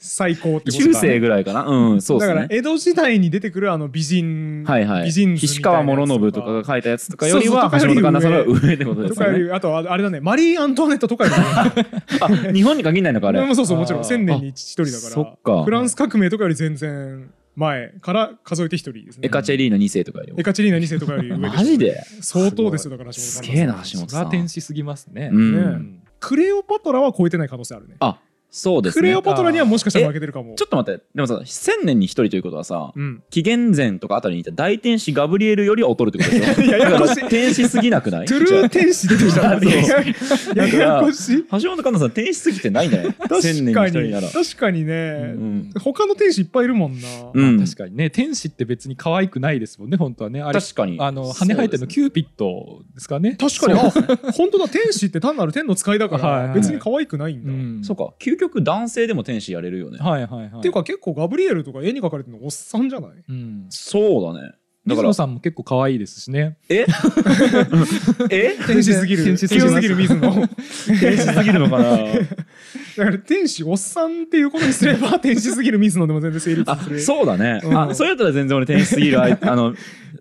Speaker 3: 最高ってこと
Speaker 2: 中
Speaker 3: か
Speaker 2: 世ぐらいかなうんそうで
Speaker 3: だ
Speaker 2: す
Speaker 3: から
Speaker 2: ね
Speaker 3: 江戸時代に出てくるあの美人
Speaker 2: はいは
Speaker 3: 美
Speaker 2: い
Speaker 3: 人図み
Speaker 2: 岸
Speaker 3: たい
Speaker 2: 川
Speaker 3: なやつ
Speaker 2: 諸信とかが書いたやつとかよりは
Speaker 3: そう
Speaker 2: 橋
Speaker 3: そう
Speaker 2: 本
Speaker 3: と
Speaker 2: 環
Speaker 3: かより
Speaker 2: 奈さんは上ってことで
Speaker 3: と
Speaker 2: す
Speaker 3: か
Speaker 2: よ
Speaker 3: よ
Speaker 2: ね
Speaker 3: りあとああれだねマリー・アントワネットとかよりも
Speaker 2: あ <laughs> 日本に限らないのかあれ
Speaker 3: でもそうそうもちろん
Speaker 1: あー
Speaker 3: 1000年に1人だから
Speaker 2: そっか
Speaker 3: フランス革命とかより全然前から数えて1人ですね
Speaker 2: エカチェリーナ2世とかよりも
Speaker 3: エカチェリーナ2世とかより上で
Speaker 2: マジで
Speaker 3: 相当ですよだから橋本
Speaker 2: す
Speaker 3: 環奈さん
Speaker 2: げえな橋
Speaker 1: そ
Speaker 2: 本
Speaker 1: れ
Speaker 2: さ
Speaker 1: は天
Speaker 2: ん
Speaker 1: 使すぎますね、
Speaker 2: う
Speaker 3: ね
Speaker 2: ん
Speaker 3: クレオパトラは超えてない可能性あるね
Speaker 2: あそうです
Speaker 3: クレ
Speaker 2: ね
Speaker 3: オパトラにはもしかしたら負けてるかも
Speaker 2: ちょっと待ってでもさ1000年に1人ということはさ
Speaker 3: うん
Speaker 2: 紀元前とかあたりにいた大天使ガブリエルよりは劣るってことでしょ
Speaker 3: やや
Speaker 2: だ
Speaker 3: こ
Speaker 2: か
Speaker 3: しい
Speaker 2: ら天使すぎなくない
Speaker 3: トゥルー天使出てきた
Speaker 2: <laughs> そう
Speaker 3: やややこしい
Speaker 2: 橋本環奈さん天使すぎてないんじゃない
Speaker 3: 確
Speaker 2: 1000年に
Speaker 3: か
Speaker 2: 1人なら
Speaker 3: に確かに
Speaker 2: う
Speaker 3: ね
Speaker 2: ん
Speaker 3: 他の天使いっぱいいるもんな
Speaker 2: うん
Speaker 1: 確かにね天使って別に可愛くないですもんね本当はねあれ
Speaker 2: 確かに
Speaker 1: あの羽生えてる
Speaker 2: そ
Speaker 1: の
Speaker 2: うですね
Speaker 1: キューピッドですかね
Speaker 3: 確かにあ本当だ天使って単なる天の使いだか
Speaker 1: はいはい
Speaker 3: ら別に可愛くないんだっ
Speaker 1: ん
Speaker 2: そうか究極男性でも天使やれるよね
Speaker 1: はいはいはい
Speaker 3: ていうか結構ガブリエルとか絵に描かれてるのおっさんじゃない
Speaker 1: うん
Speaker 2: そうだねだ
Speaker 1: 水
Speaker 2: から
Speaker 1: 野さんも結構可愛いですしね
Speaker 2: え
Speaker 3: 天使すぎる
Speaker 1: 天
Speaker 3: 天
Speaker 1: 使
Speaker 3: 使
Speaker 1: すぎます
Speaker 3: すぎる水野
Speaker 2: 天使すぎるのかな
Speaker 3: だから天使おっさんっていうことにすれば天使すぎる水野でも全然成立
Speaker 2: <laughs> あ
Speaker 3: する
Speaker 2: そうだね、
Speaker 3: うん
Speaker 2: あそれだったら全然俺天使すぎ
Speaker 3: <laughs>
Speaker 2: るあいあの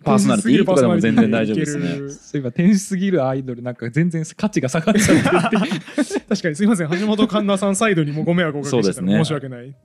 Speaker 2: パーソナリティとかでも全然大丈夫ですね
Speaker 1: そういえば天使すぎるアイドルなんか全然価値が下がっちゃってるっていう
Speaker 3: 確かにすいません橋本環奈さんサイドにもご迷惑をおかけしてたら申し訳ない、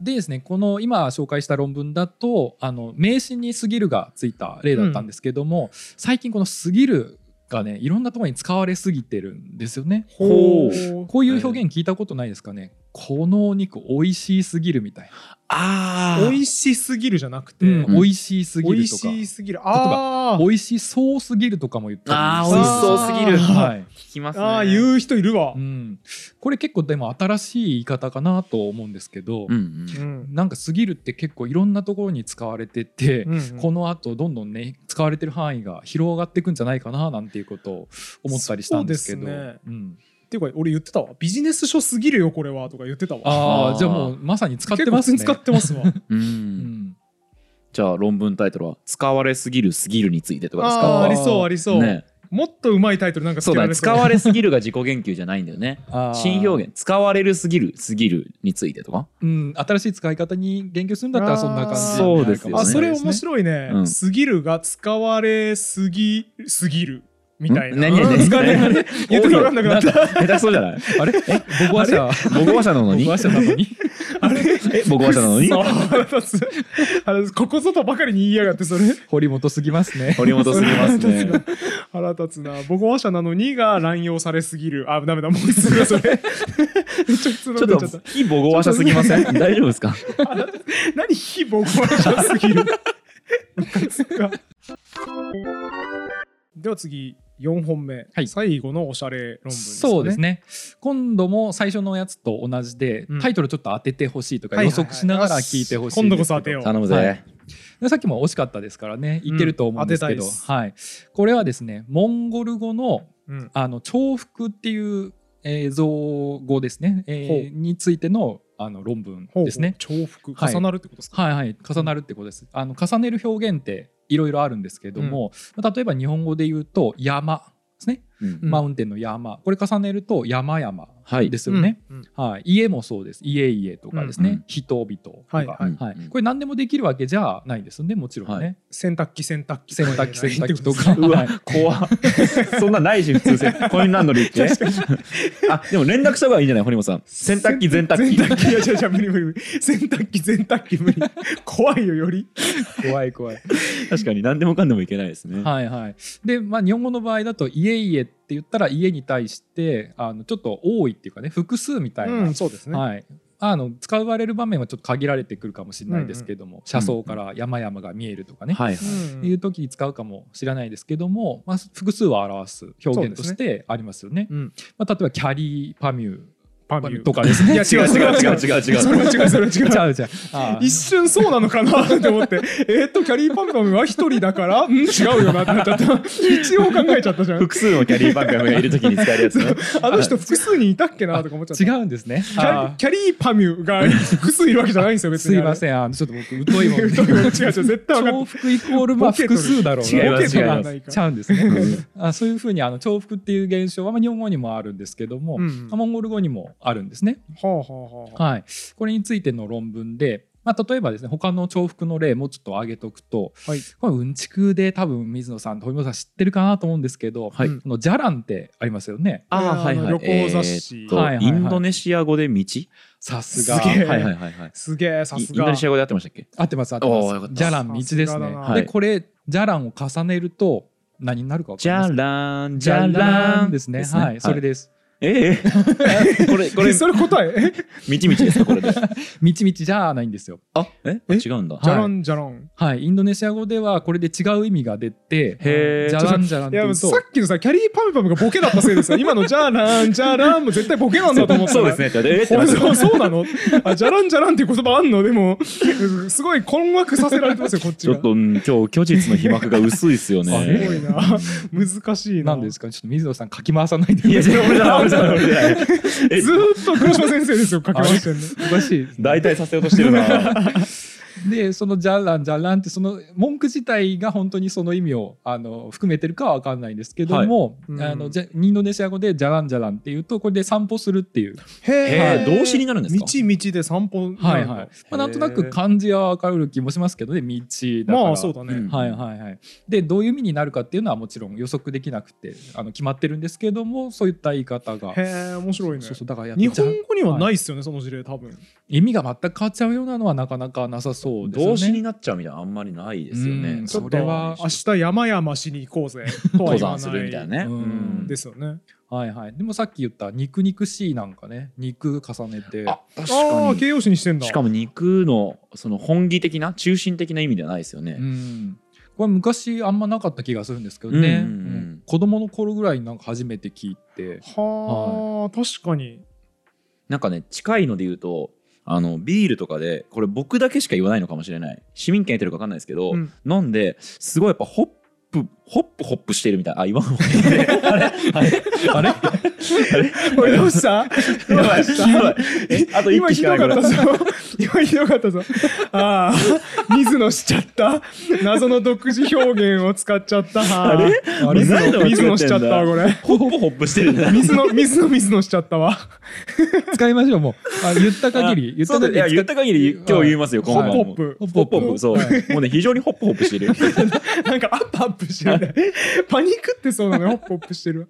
Speaker 1: でですねこの今紹介した論文だとあの名詞に「すぎる」がついた例だったんですけども、最近この「すぎる」がねいろんなところに使われすぎてるんですよね。
Speaker 2: ほう
Speaker 1: こういう表現聞いたことないですかね、このお肉美味しいすぎるみたい
Speaker 2: あ
Speaker 3: 美味しすぎるじゃなくて、
Speaker 1: な、うん
Speaker 2: ん
Speaker 1: 美味しいすぎ
Speaker 3: 美
Speaker 1: る
Speaker 3: 味
Speaker 1: とか
Speaker 3: しいすぎるあー
Speaker 1: 美味しそうすぎるとかも言ったり
Speaker 2: あー
Speaker 1: す
Speaker 2: 美
Speaker 1: る
Speaker 2: 味しそうすぎる
Speaker 3: あー
Speaker 1: はい
Speaker 2: 聞きま
Speaker 3: あー言う人いるわ
Speaker 1: う、ん、これ結構でも新しい言い方かなと思うんですけど、
Speaker 2: うんうん
Speaker 3: うん
Speaker 1: なんか「すぎる」って結構いろんなところに使われてて、
Speaker 3: うん
Speaker 1: このあとどんどんね使われてる範囲が広がっていくんじゃないかななんていうことを思ったりしたんですけど
Speaker 3: そうですね
Speaker 1: うん
Speaker 3: っていうか俺言ってたわビジネス書すぎるよこれはとか言ってたわ
Speaker 1: あ
Speaker 2: あー
Speaker 1: あじゃあもうまさに使って
Speaker 3: 結構
Speaker 1: ま
Speaker 3: 普
Speaker 1: す
Speaker 3: 通
Speaker 1: ね。
Speaker 3: に使ってますわ
Speaker 2: うん
Speaker 1: うん
Speaker 2: じゃあ論文タイトルは「使われすぎるすぎる」についてとかです
Speaker 3: あー
Speaker 2: か
Speaker 3: ありそうありそう、
Speaker 2: ね、
Speaker 3: もっとうまいタイトルなんかつ
Speaker 2: そう
Speaker 3: け
Speaker 2: だ
Speaker 3: ら
Speaker 2: ね
Speaker 3: れそう
Speaker 2: 使われすぎるが自己言及じゃないんだよね
Speaker 1: あー
Speaker 2: 新表現「使われるすぎるすぎる」についてとか
Speaker 1: うん、新しい使い方に言及するんだったらそんな感じ
Speaker 3: あー
Speaker 2: そうですよね
Speaker 3: あそれ
Speaker 1: 面白
Speaker 3: 面
Speaker 1: い
Speaker 3: 白いね、
Speaker 2: うん
Speaker 3: すぎるが使われすぎすぎるみたいな
Speaker 2: 何何
Speaker 3: うん使われ
Speaker 2: 何
Speaker 3: あれ言っても分かんなくなった
Speaker 2: 下手くそじゃ
Speaker 3: <laughs>
Speaker 2: ない
Speaker 1: あれ母語話者
Speaker 2: 母語話者なの
Speaker 1: 母
Speaker 2: に
Speaker 1: 語話者なのに
Speaker 3: あれ
Speaker 2: え母語話者なのに
Speaker 3: <laughs> そう腹立つあれここぞとばかりに言いやがってそれ
Speaker 1: 堀本すぎますね。
Speaker 2: 堀本すぎます <laughs> ね
Speaker 3: 腹立つな母語話者なのにが乱用されすぎるあダメだもうすぐだそれ <laughs> めっちゃ普通
Speaker 2: ち
Speaker 3: の
Speaker 2: ょっ
Speaker 3: ちゃっ
Speaker 2: と非母語話者すぎません <laughs> 大丈夫ですか
Speaker 3: た <laughs> 何非母語話者すぎるムカつくわでは次4本目、
Speaker 1: はい
Speaker 3: 最後のおしゃれ論文ですかね
Speaker 1: そうですね今度も最初のやつと同じで、
Speaker 3: うん
Speaker 1: タイトルちょっと当ててほしいとか
Speaker 3: はい
Speaker 1: 予
Speaker 3: はいはい
Speaker 1: 測しながら聞いてほしい
Speaker 3: 今
Speaker 1: ん
Speaker 3: 度
Speaker 1: で
Speaker 3: こ
Speaker 1: すけど、
Speaker 3: そ当てよう
Speaker 2: 頼むぜ、
Speaker 1: はいでさっきも惜しかったですからねいけると思うんですけど、
Speaker 3: うん当てたいです
Speaker 1: はい、これはですねモンゴル語の
Speaker 3: うん
Speaker 1: あの重複っていう、えー造語ですね、えーについてのあの論文
Speaker 3: ほう
Speaker 1: ですね。
Speaker 3: 重複
Speaker 1: はい
Speaker 3: 重なるってことですか、
Speaker 1: はいはい、重なるってことです。あの重ねる表現っていろいろあるんですけども、まあ例えば日本語で言うと山ですね、
Speaker 2: うん
Speaker 3: うん
Speaker 1: マウンテンの山これ重ねると山々
Speaker 2: はい
Speaker 1: ですよね、
Speaker 3: うんうん
Speaker 1: はい、家もそうです家々とかですね、
Speaker 2: うんうん
Speaker 1: 人々とか、
Speaker 3: はいはい
Speaker 2: うん
Speaker 1: はい、これ何でもできるわけじゃないんですよねもちろんね、
Speaker 2: は
Speaker 3: 洗濯機洗濯機
Speaker 1: 洗濯機洗濯機と
Speaker 3: <laughs>
Speaker 1: か
Speaker 2: う
Speaker 1: は
Speaker 2: わ
Speaker 1: い、
Speaker 2: 怖っ <laughs> そんなないし、普通せ、コインランドリーって。あ、でも連絡した方がいいんじゃない堀本さん。洗濯機、洗濯機。
Speaker 3: 洗濯機いやいやいや無理無理無理洗濯機洗濯機無理怖いよより
Speaker 1: 怖い怖い
Speaker 2: 確かに何でもかんでもいけないですね。
Speaker 1: はいはい。で、まあ、日本語の場合だと「家々」って言ったら家に対してあのちょっと多いっていうかね複数みたいな、
Speaker 3: うんそうですね
Speaker 1: はい、あの使われる場面はちょっと限られてくるかもしれないですけども、車窓から山々が見えるとかね、
Speaker 2: はい。
Speaker 3: うん
Speaker 1: いう時に使うかもしれないですけども、まあ、複数を表す表現としてありますよね。
Speaker 3: うん
Speaker 1: まあ、例えば「キャリーパミュー」
Speaker 3: パ
Speaker 1: パミューと
Speaker 3: と
Speaker 1: か
Speaker 3: か
Speaker 1: ですね。
Speaker 3: いや違う違う違う
Speaker 2: 違う違う違う
Speaker 3: それは違うそ <laughs> れ
Speaker 1: 違う違
Speaker 3: は違う
Speaker 1: うあー
Speaker 3: <laughs> 一瞬そうなのかなって思ってえーっとキャリーパンパンは一人だからん違うよなってなっちゃった一応考えちゃったじゃ
Speaker 2: <laughs>
Speaker 3: ん
Speaker 2: 複数のキャリーパンカムがいるときに使えるやつね。
Speaker 3: あの人複数人いたっけなとか思っちゃった
Speaker 1: 違うんですね。
Speaker 3: キャリ
Speaker 1: あ
Speaker 3: キャリーパミュが複数いるわけじゃないんですよ
Speaker 1: ー
Speaker 3: 別
Speaker 1: す
Speaker 3: に
Speaker 1: い
Speaker 3: あれ。
Speaker 1: ません、あのちょっと僕疎いもんで
Speaker 3: 違う違う絶対分か
Speaker 1: 重
Speaker 3: っ
Speaker 1: 複イコールまあ
Speaker 3: ボケと
Speaker 1: 複
Speaker 3: る
Speaker 1: 数だろう
Speaker 2: 違い
Speaker 1: な
Speaker 2: ます
Speaker 1: ボケとる
Speaker 2: 違
Speaker 3: ま
Speaker 2: い
Speaker 3: す
Speaker 1: ちゃうんですね。あそういうふうにあの重複っていう現象はまあ日本語にもあるんですけども、
Speaker 3: うんうん
Speaker 1: モンゴル語にもあるんですね。
Speaker 3: たはあはあはあ
Speaker 1: はい、これについての論文で、まあ、例えばですね他の重複の例もちょっと挙げとくと、
Speaker 3: はい
Speaker 1: これうんちくで多分水野さんと堀本さん知ってるかなと思うんですけど、
Speaker 2: はい
Speaker 3: うん
Speaker 1: このじゃらんってありますよね。
Speaker 3: あーはいはい旅行雑誌
Speaker 2: えーっと
Speaker 1: はいはいはい
Speaker 2: インドネシア語で道
Speaker 1: さすが
Speaker 3: すげえ
Speaker 2: はいはいはいはい。
Speaker 3: すげえさ
Speaker 2: いイ
Speaker 3: す
Speaker 2: ンド
Speaker 3: が
Speaker 2: ネシア語でやってましたっけ
Speaker 1: 合ってます合って
Speaker 2: おーよ
Speaker 1: ま
Speaker 2: か
Speaker 1: す。
Speaker 2: った
Speaker 1: じゃらん道です
Speaker 3: さすが
Speaker 1: ね
Speaker 3: だ。な
Speaker 2: は
Speaker 1: で
Speaker 2: い
Speaker 1: これじゃらんを重ねると何になるかわか
Speaker 2: じ
Speaker 1: りま
Speaker 2: ゃ
Speaker 1: すか。
Speaker 2: らん、
Speaker 1: じ
Speaker 2: じ
Speaker 1: ゃ
Speaker 2: ゃ
Speaker 1: ら
Speaker 2: ら
Speaker 1: ん
Speaker 2: ん
Speaker 1: ですね。はい、それ。です。
Speaker 2: ええこれ、これ、
Speaker 3: え
Speaker 2: み
Speaker 3: それ答ええ
Speaker 2: ちみちですか、これで。
Speaker 1: みちみちじゃないんですよ。
Speaker 2: あえ
Speaker 3: え
Speaker 2: 違うんだ。
Speaker 1: はい
Speaker 3: じゃらんじゃらん
Speaker 1: はい、インドネシア語ではこれで違う意味が出て、
Speaker 2: へえ。
Speaker 1: じゃらんじゃらんっ
Speaker 3: い
Speaker 1: て
Speaker 3: や
Speaker 1: 言
Speaker 3: もう
Speaker 1: う
Speaker 3: さ
Speaker 1: と、
Speaker 3: っきのさキャリーパムパムがボケだったせいでさ今のじゃらんじゃらんも絶対ボケなんだと思った
Speaker 2: そうですねって言われて。えーって
Speaker 3: そう
Speaker 2: なっちゃ
Speaker 3: そ
Speaker 2: う
Speaker 3: うそうなの <laughs> あじゃらんじゃらんっていう言葉あんのでもすごい困惑させられてますよこっち
Speaker 2: ちょ
Speaker 3: が
Speaker 2: っと、うん、今日虚実の被膜が薄いっすよ
Speaker 1: あ
Speaker 2: ね。
Speaker 1: れすご
Speaker 3: いな難しいな
Speaker 1: なんですか、ちょっと水野さんかき回さないで。
Speaker 2: いや、それ俺じゃない、俺じゃない、俺じゃない。え
Speaker 3: ずーっと黒島先生ですよ書き回してんの
Speaker 1: おかしいですね
Speaker 2: 大体させようとしてるな。
Speaker 1: でその「じゃらんじゃらん」ってその文句自体が本当にその意味をあの含めてるかは分かんないんですけども、
Speaker 3: はいうん
Speaker 1: あのじゃインドネシア語で「じゃらんじゃらん」っていうとこれで散歩するっていう、
Speaker 2: へ <laughs> え、動詞に
Speaker 3: な
Speaker 2: なるんですか
Speaker 3: 道道で散歩にな
Speaker 1: はい
Speaker 3: る
Speaker 1: はい
Speaker 3: の
Speaker 1: まあ、なんとなく漢字は分かる気もしますけどね道だから。
Speaker 3: まあそうだね、
Speaker 2: うん
Speaker 1: はいはいはい、でどういう意味になるかっていうのはもちろん予測できなくてあの決まってるんですけどもそういった言い方が、
Speaker 3: へえ面白いね
Speaker 1: そうそうだからやっぱ
Speaker 3: 日
Speaker 1: じゃ
Speaker 3: 本語にはないっすよね、その事例多分
Speaker 1: 意味が全く変わっちゃうようなのはなかなかなさそうですよね。
Speaker 2: 動詞になっちゃうみたいなのあんまりないですよ
Speaker 1: う
Speaker 2: ね
Speaker 1: ん。
Speaker 3: ちょっ
Speaker 1: そ
Speaker 3: と
Speaker 1: れは
Speaker 3: 明日山々しに行こうぜとは
Speaker 2: 登
Speaker 3: 言わ
Speaker 2: 山
Speaker 3: ない
Speaker 2: するみたいなね。
Speaker 1: うん
Speaker 2: うん
Speaker 3: ですよね
Speaker 1: はいはい、でもさっき言った「肉肉しい」なんかね肉重ねて
Speaker 2: あ、確
Speaker 3: ああー
Speaker 2: か
Speaker 3: 形
Speaker 2: に。
Speaker 3: 容詞にしてんだ
Speaker 2: しかも肉のその本義的な中心的な意味ではないですよ
Speaker 1: う
Speaker 2: ね。
Speaker 1: んこれ昔あんまなかった気がするんですけどね、
Speaker 2: うんうんうん
Speaker 1: うん子供の頃ぐらいになんか初めて聞い
Speaker 2: <laughs>
Speaker 1: て
Speaker 3: はあ、確
Speaker 1: <laughs>
Speaker 3: かに
Speaker 2: なんかね近いので言うとあのビールとかでこれ僕だけしか言わないのかもしれない市民権やってるか分かんないですけど、
Speaker 3: うん
Speaker 2: 飲んですごいやっぱホップホップホップしてるみたいなあ言わんほうがいいねあれあれあれ
Speaker 3: お <laughs> いどうした
Speaker 1: <laughs>
Speaker 2: や <laughs> ばいやばいえあと一
Speaker 3: 今
Speaker 2: 気し
Speaker 3: ひ
Speaker 2: かな
Speaker 3: どか
Speaker 2: いこ
Speaker 3: っ
Speaker 2: れ
Speaker 3: たぞ今ひどかったぞああ水野しちゃった謎の独自表現を使っちゃったあれ
Speaker 1: あ
Speaker 2: れ
Speaker 3: 水
Speaker 2: 何で間
Speaker 3: 野
Speaker 2: 違
Speaker 3: 水野しちゃっ
Speaker 2: ってんだ
Speaker 3: たこれ
Speaker 2: ホップホップしてるんだ
Speaker 3: 水野水野水野しちゃったわ
Speaker 1: <laughs> 使いましょうもうあ言
Speaker 2: <laughs>
Speaker 1: った限り言った
Speaker 2: そうだ
Speaker 1: 限
Speaker 2: いや
Speaker 1: り
Speaker 2: 言った限り今日言いますよ
Speaker 1: はい
Speaker 2: 今晩
Speaker 3: ホ
Speaker 2: も
Speaker 3: ップ
Speaker 2: ホップホップ
Speaker 1: ホップ
Speaker 2: そう、もうね非常にホップホップしてる
Speaker 3: なんかアップアップしてるねパニックってそうなのよホップしてる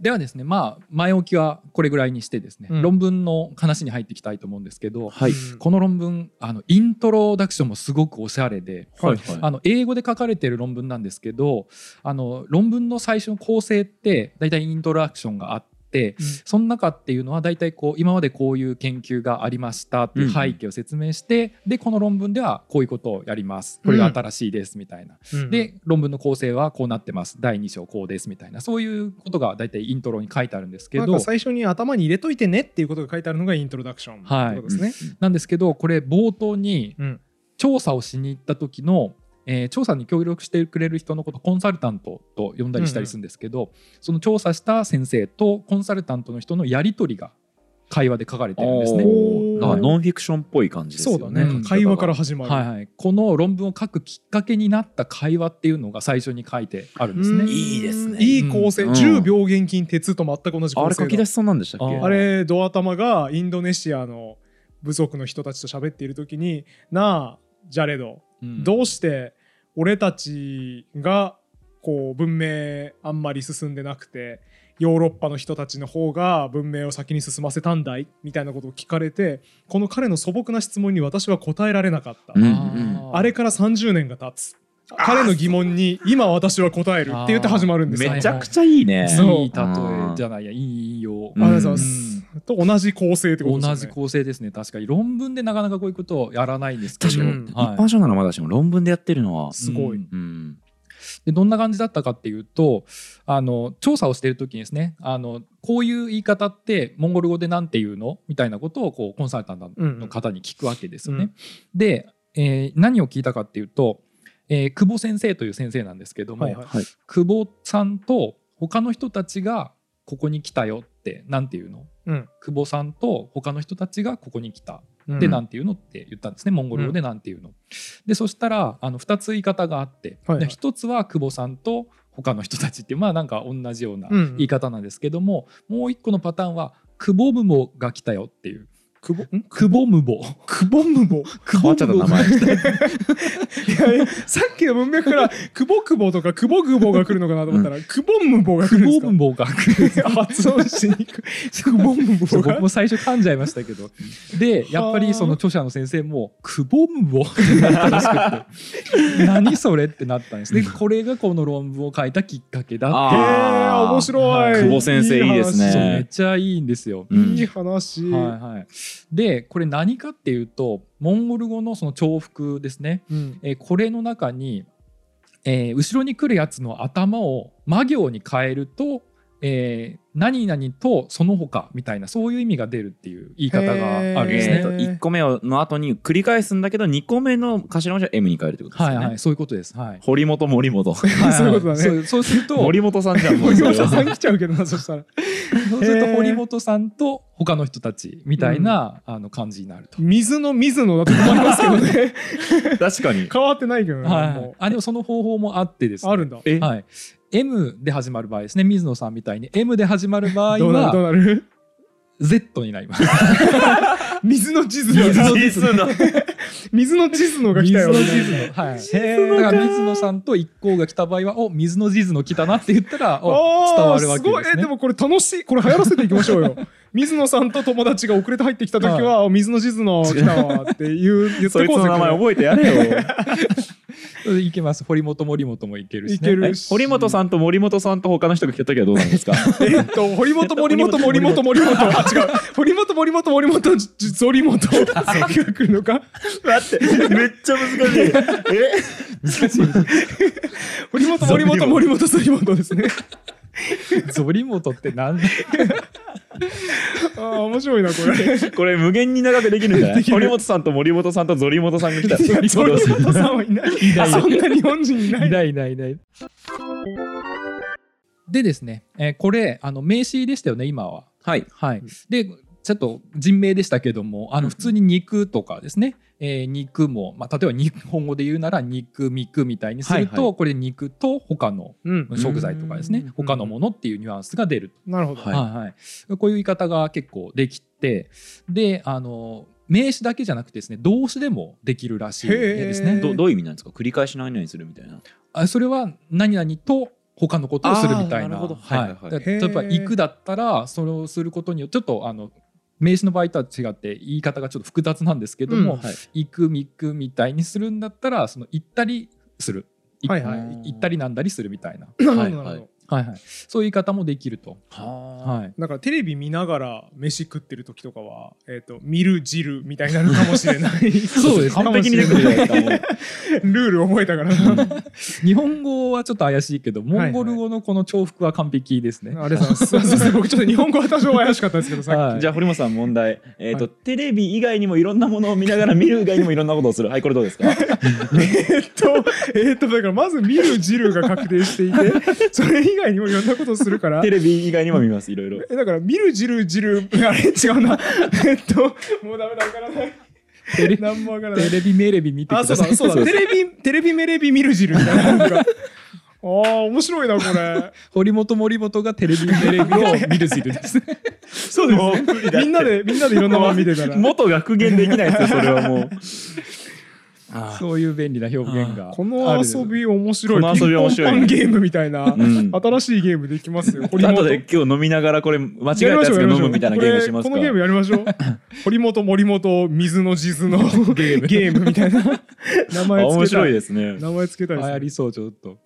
Speaker 1: ではですねまあ前置きはこれぐらいにしてですね、
Speaker 3: うん
Speaker 1: 論文の話に入っていきたいと思うんですけど、
Speaker 2: はい
Speaker 3: うん
Speaker 1: この論文あのイントロダクションもすごくおしゃれで、
Speaker 2: はいはい
Speaker 1: あの英語で書かれている論文なんですけどあの論文の最初の構成って大体イントロダクションがあって、
Speaker 3: うん
Speaker 1: その中っていうのは大体こう今までこういう研究がありましたっていう背景を説明して、でこの論文ではこういうことをやりますこれが新しいですみたいな、で論文の構成はこうなってます第2章こうですみたいなそういうことが大体イントロに書いてあるんですけ
Speaker 3: なんか
Speaker 1: ど。
Speaker 3: 最初に頭に入れといてねっていうことが書いてあるのがイントロダクションって
Speaker 1: はい
Speaker 3: ことですね、
Speaker 1: なんですけどこれ冒頭に
Speaker 3: うん
Speaker 1: 調査をしに行った時の、えー調査に協力してくれる人のことコンサルタントと呼んだりしたりするんですけど、その調査した先生とコンサルタントの人のやり取りが会話で書かれてるんですね。
Speaker 2: おーだから
Speaker 1: はい
Speaker 2: ノンフィクションっぽい感じです
Speaker 3: そう
Speaker 2: よ
Speaker 3: だ
Speaker 2: ね。
Speaker 3: ね、
Speaker 1: うん
Speaker 3: 会話から始まる、
Speaker 1: はいはい、この論文を書くきっかけになった会話っていうのが最初に書いてあるんです
Speaker 3: うん
Speaker 1: ね。
Speaker 2: いいですね
Speaker 3: いい構成、
Speaker 2: うん
Speaker 3: 10秒現金鉄と全く同じ構成だ
Speaker 2: あれ書き出しそうなんでしたっけ
Speaker 1: あ
Speaker 3: あれドア玉がインドネシアの部族の人たちと喋っている時に「なあジャレド、
Speaker 1: うん
Speaker 3: どうして俺たちがこう文明あんまり進んでなくてヨーロッパの人たちの方が文明を先に進ませたんだい?」みたいなことを聞かれてこの彼の素朴な質問に私は答えられなかった。
Speaker 2: うん
Speaker 3: あれから30年が経つ彼の疑問に今私は答えるって言って始まるんですよ
Speaker 1: あー
Speaker 2: めちゃくちゃいいね。
Speaker 3: そう
Speaker 1: いい例えじゃないやいい引用
Speaker 3: あ
Speaker 2: うん
Speaker 3: りがとうございます。と同じ構成ってことです
Speaker 1: 同
Speaker 3: よね。
Speaker 1: じ構成ですね確かに論文でなかなかこういうことをやらないんですけど
Speaker 2: 確かに、
Speaker 3: うん
Speaker 2: 一般書ならまだしも論文でやってるのは。
Speaker 3: すごい
Speaker 1: うん
Speaker 2: うん。
Speaker 1: でどんな感じだったかっていうとあの調査をしている時にですねあのこういう言い方ってモンゴル語でなんて言うのみたいなことをこうコンサルタントの方に聞くわけですよね。
Speaker 3: うんうん
Speaker 1: で、えー何を聞いたかっていうと、えー久保先生という先生なんですけども、
Speaker 3: はいはい
Speaker 2: はい。
Speaker 1: 久保さんと他の人たちがここに来たよってなんて言うの
Speaker 3: うん
Speaker 1: 久保さんと他の人たちがここに来た
Speaker 3: うん
Speaker 1: でなんて言うのって言ったんですねモンゴル語でなんて言うの。でそしたらあの2つ言い方があって、
Speaker 3: はいはい
Speaker 1: で1つは久保さんと他の人たちっていうまあなんか同じような
Speaker 3: うん
Speaker 1: 言い方なんですけども、もう1個のパターンは久保ムボが来たよっていう
Speaker 3: くぼん
Speaker 1: 久保ムボ
Speaker 3: くぼむぼ
Speaker 1: 久
Speaker 2: 変わっちゃった名前。
Speaker 3: いやいやさっきの文脈からくぼくぼとかくぼぐぼが来るのかなと思ったらくぼむぼが来るんで
Speaker 1: 久
Speaker 3: すか
Speaker 1: 保ムボが来る
Speaker 3: 発音しにくいくぼむぼ
Speaker 1: 僕
Speaker 3: が
Speaker 1: も最初噛んじゃいましたけどでやっぱりその著者の先生も「くぼむ
Speaker 2: <laughs>
Speaker 1: ぼ」ってなったらしくて何それってなったんですねこれがこの論文を書いたきっかけだって
Speaker 3: へえ
Speaker 2: <laughs> <laughs> あー
Speaker 3: 面白い
Speaker 2: 久保先生いいですね
Speaker 1: そう
Speaker 2: え
Speaker 1: めっちゃいいんですよ。
Speaker 2: うん
Speaker 3: いい話いい話
Speaker 1: はいはい、でこれ何かっていうとモンゴル語のその重複ですね、
Speaker 3: うん
Speaker 1: えーこれの中に、えー後ろに来るやつの頭を魔行に変えると、えー何々とその他みたいなそういう意味が出るっていう言い方があるんです
Speaker 2: え
Speaker 1: ね
Speaker 2: っ。
Speaker 3: へ
Speaker 2: と
Speaker 3: ー
Speaker 2: 1個目をの後に繰り返すんだけど2個目の頭文字は M に変えるってことです
Speaker 1: はい
Speaker 2: よね。
Speaker 1: はい、そういうことです。はい。
Speaker 2: 堀本森
Speaker 3: <laughs>
Speaker 2: 本
Speaker 3: そういうことだね
Speaker 1: そうそうすると、
Speaker 2: 森本さんじゃんもう
Speaker 3: ご
Speaker 2: <laughs> それ
Speaker 3: 業者さん
Speaker 2: は
Speaker 3: 来ちゃうけどなそしたら
Speaker 1: そうすると
Speaker 3: へー
Speaker 1: 堀本さんと他の人たちみたいな、あの感じになると。
Speaker 3: 水の水のだと困りますけど
Speaker 2: <laughs>
Speaker 3: ね
Speaker 2: 確かに
Speaker 3: 変わってないけどね
Speaker 1: はいはい
Speaker 3: も。
Speaker 1: あでもその方法もあってです
Speaker 3: う
Speaker 1: ね。
Speaker 3: あるんだ
Speaker 2: え
Speaker 1: はい。M で始まる場合ですね。水野さんみたいに M で始まる場合
Speaker 3: どうなるどう
Speaker 1: は
Speaker 3: なる
Speaker 1: Z になります。
Speaker 3: 水の地図
Speaker 2: 水
Speaker 3: の
Speaker 2: の地図だ
Speaker 3: 水の地図のが来たよ
Speaker 1: 水の地図の。はい。
Speaker 3: へー
Speaker 1: だから水野さんと一行が来た場合は、お水野地図の来たなって言ったら、お
Speaker 3: あー
Speaker 1: 伝わるわけです
Speaker 3: ごいえ
Speaker 1: ね
Speaker 3: で。もこれ楽しいこれ流行らせていきましょうよ水野さんと友達が遅れて入ってきた時は「お水野地図の来たわ」っていう言っ
Speaker 2: そ
Speaker 3: て
Speaker 2: いつ
Speaker 3: こう
Speaker 2: の
Speaker 3: ぜ
Speaker 2: 名前覚えてやれよ
Speaker 1: いけます。堀本森本もいけるし、ね。
Speaker 3: いける
Speaker 2: え堀本さんと森本さんと他の人が来た時はどうなんですか
Speaker 3: えっと堀本森本森本森本あ違う堀本森本森本ゾリモトが来るのか
Speaker 2: <laughs> 待ってめっちゃ難しいえ
Speaker 3: 堀本森本森本ゾリモトですね
Speaker 1: ゾリモトってなんだ
Speaker 3: あー面白いなこ <laughs> れ
Speaker 2: これ無限に長くできるんじゃない堀本さんと森本さんとゾリモトさんが <laughs> 来たら
Speaker 3: ゾリモトさんはいない
Speaker 1: いない
Speaker 3: あそんな日本人いないい
Speaker 1: ないいないいない。でですね、えーこれあの名詞でしたよね今は。
Speaker 2: はい
Speaker 1: はい、でちょっと人名でしたけどもあ
Speaker 2: うんう
Speaker 1: の
Speaker 2: ん
Speaker 1: 普通に肉とかですね、えー肉も、まあ、例えば日本語で言うなら肉肉みたいにすると、
Speaker 2: はいは
Speaker 1: これ肉と他の
Speaker 3: うん
Speaker 1: 食材とかですね他のものっていうニュアンスが出る
Speaker 3: なるほど
Speaker 2: はい
Speaker 1: はいはい、こういう言い方が結構できてであの名詞だけじゃなくてですね動詞でもできるらしいです
Speaker 3: へ
Speaker 1: ね
Speaker 3: ー。
Speaker 2: どどういう意味なんですか繰り返し何々するみたいな
Speaker 1: あそれは何々と他のことをするみたい
Speaker 2: あーなる
Speaker 1: な。
Speaker 2: ほどはいはいはい
Speaker 1: だから例えば
Speaker 3: へー
Speaker 1: 行くだったらそれをすることによってちょっとあの名詞の場合とは違って言い方がちょっと複雑なんですけども、
Speaker 3: うん
Speaker 2: はい
Speaker 1: 行く行くみたいにするんだったらその行ったりする。い
Speaker 3: はいはい
Speaker 1: 行ったりなんだりするみたいな、
Speaker 3: なるほどなるほど
Speaker 2: はいはい
Speaker 1: はいはい、そういう言い方もできると、
Speaker 2: は
Speaker 1: はい、
Speaker 3: だからテレビ見ながら飯食ってる時とかは、えっと見る汁みたいになるかもしれない
Speaker 1: そうですね
Speaker 2: 完璧にできるじゃないですかもう
Speaker 3: ルール覚えたからな
Speaker 1: 日本語はちょっと怪しいけどモンゴル語のこの重複は完璧ですね、
Speaker 3: あれさすいません僕ちょっと日本語は多少怪しかったですけどさっき、
Speaker 1: はい
Speaker 2: じゃあ堀本さん問題、えーと
Speaker 3: は
Speaker 2: テレビ以外にもいろんなものを見ながら見る以外にもいろんなことをするはいこれどうで
Speaker 3: <laughs>
Speaker 2: すか
Speaker 3: えっとえっとだからまず見る汁が確定していてそれ以外にもいろんなことするから
Speaker 2: テレビ以外にも見ますいろいろ
Speaker 3: えだから見るじるじる <laughs> あれ違うなえっともうダメだわからない
Speaker 1: テレ
Speaker 3: 何もわからない
Speaker 1: テレビメレビ見て
Speaker 3: あ
Speaker 1: く
Speaker 3: そ
Speaker 1: ださ
Speaker 3: うだ
Speaker 1: い
Speaker 3: そうだテレビテレビメレビ見るじるみたいななんかあー面白いなこれ
Speaker 1: 堀本森本がテレビメレビを見るシールですね
Speaker 3: そうです <laughs> ねみんなでみんなでいろんなもの見てたら
Speaker 2: 元が復元できないですよそれは
Speaker 3: <laughs>
Speaker 2: もうああ
Speaker 1: そういう便利な表現が
Speaker 3: この遊び面白い
Speaker 2: この遊び面白い
Speaker 3: ピンポンパンゲームみたいな、
Speaker 2: うん
Speaker 3: 新しいゲームできます
Speaker 2: <laughs>
Speaker 3: よ堀
Speaker 2: あ
Speaker 3: 本
Speaker 2: とで今日飲みながらこれ間違えた
Speaker 3: やり
Speaker 2: や
Speaker 3: ま
Speaker 2: つ
Speaker 3: しょう
Speaker 2: が
Speaker 3: やりま
Speaker 2: 飲
Speaker 3: しょ
Speaker 2: む
Speaker 3: う
Speaker 2: みたいなゲームします
Speaker 3: これこのゲー
Speaker 2: か
Speaker 3: ムやりましょ
Speaker 2: <laughs>
Speaker 3: う堀本森本水の地図のゲームみたいな名
Speaker 2: あ
Speaker 3: 前つ
Speaker 2: 面
Speaker 3: けた
Speaker 2: 白い
Speaker 3: い
Speaker 2: ですね
Speaker 3: 名前つけたい
Speaker 1: 流
Speaker 3: ですね
Speaker 1: 行りそうちょっと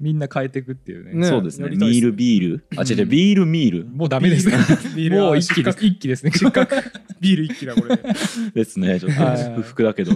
Speaker 1: みんな変えていくっていうね
Speaker 3: ね
Speaker 2: そうですね
Speaker 3: やりたい
Speaker 2: ミ
Speaker 3: ですね
Speaker 2: ールビールあ違う違うビールミー
Speaker 1: もうダメですね
Speaker 3: ビール
Speaker 1: もう
Speaker 3: あ
Speaker 1: 一気です
Speaker 3: 失
Speaker 1: 一気ですね
Speaker 3: 格失格ビール一気だこれ
Speaker 2: ルですねちょっと
Speaker 1: はい
Speaker 2: 不服だけど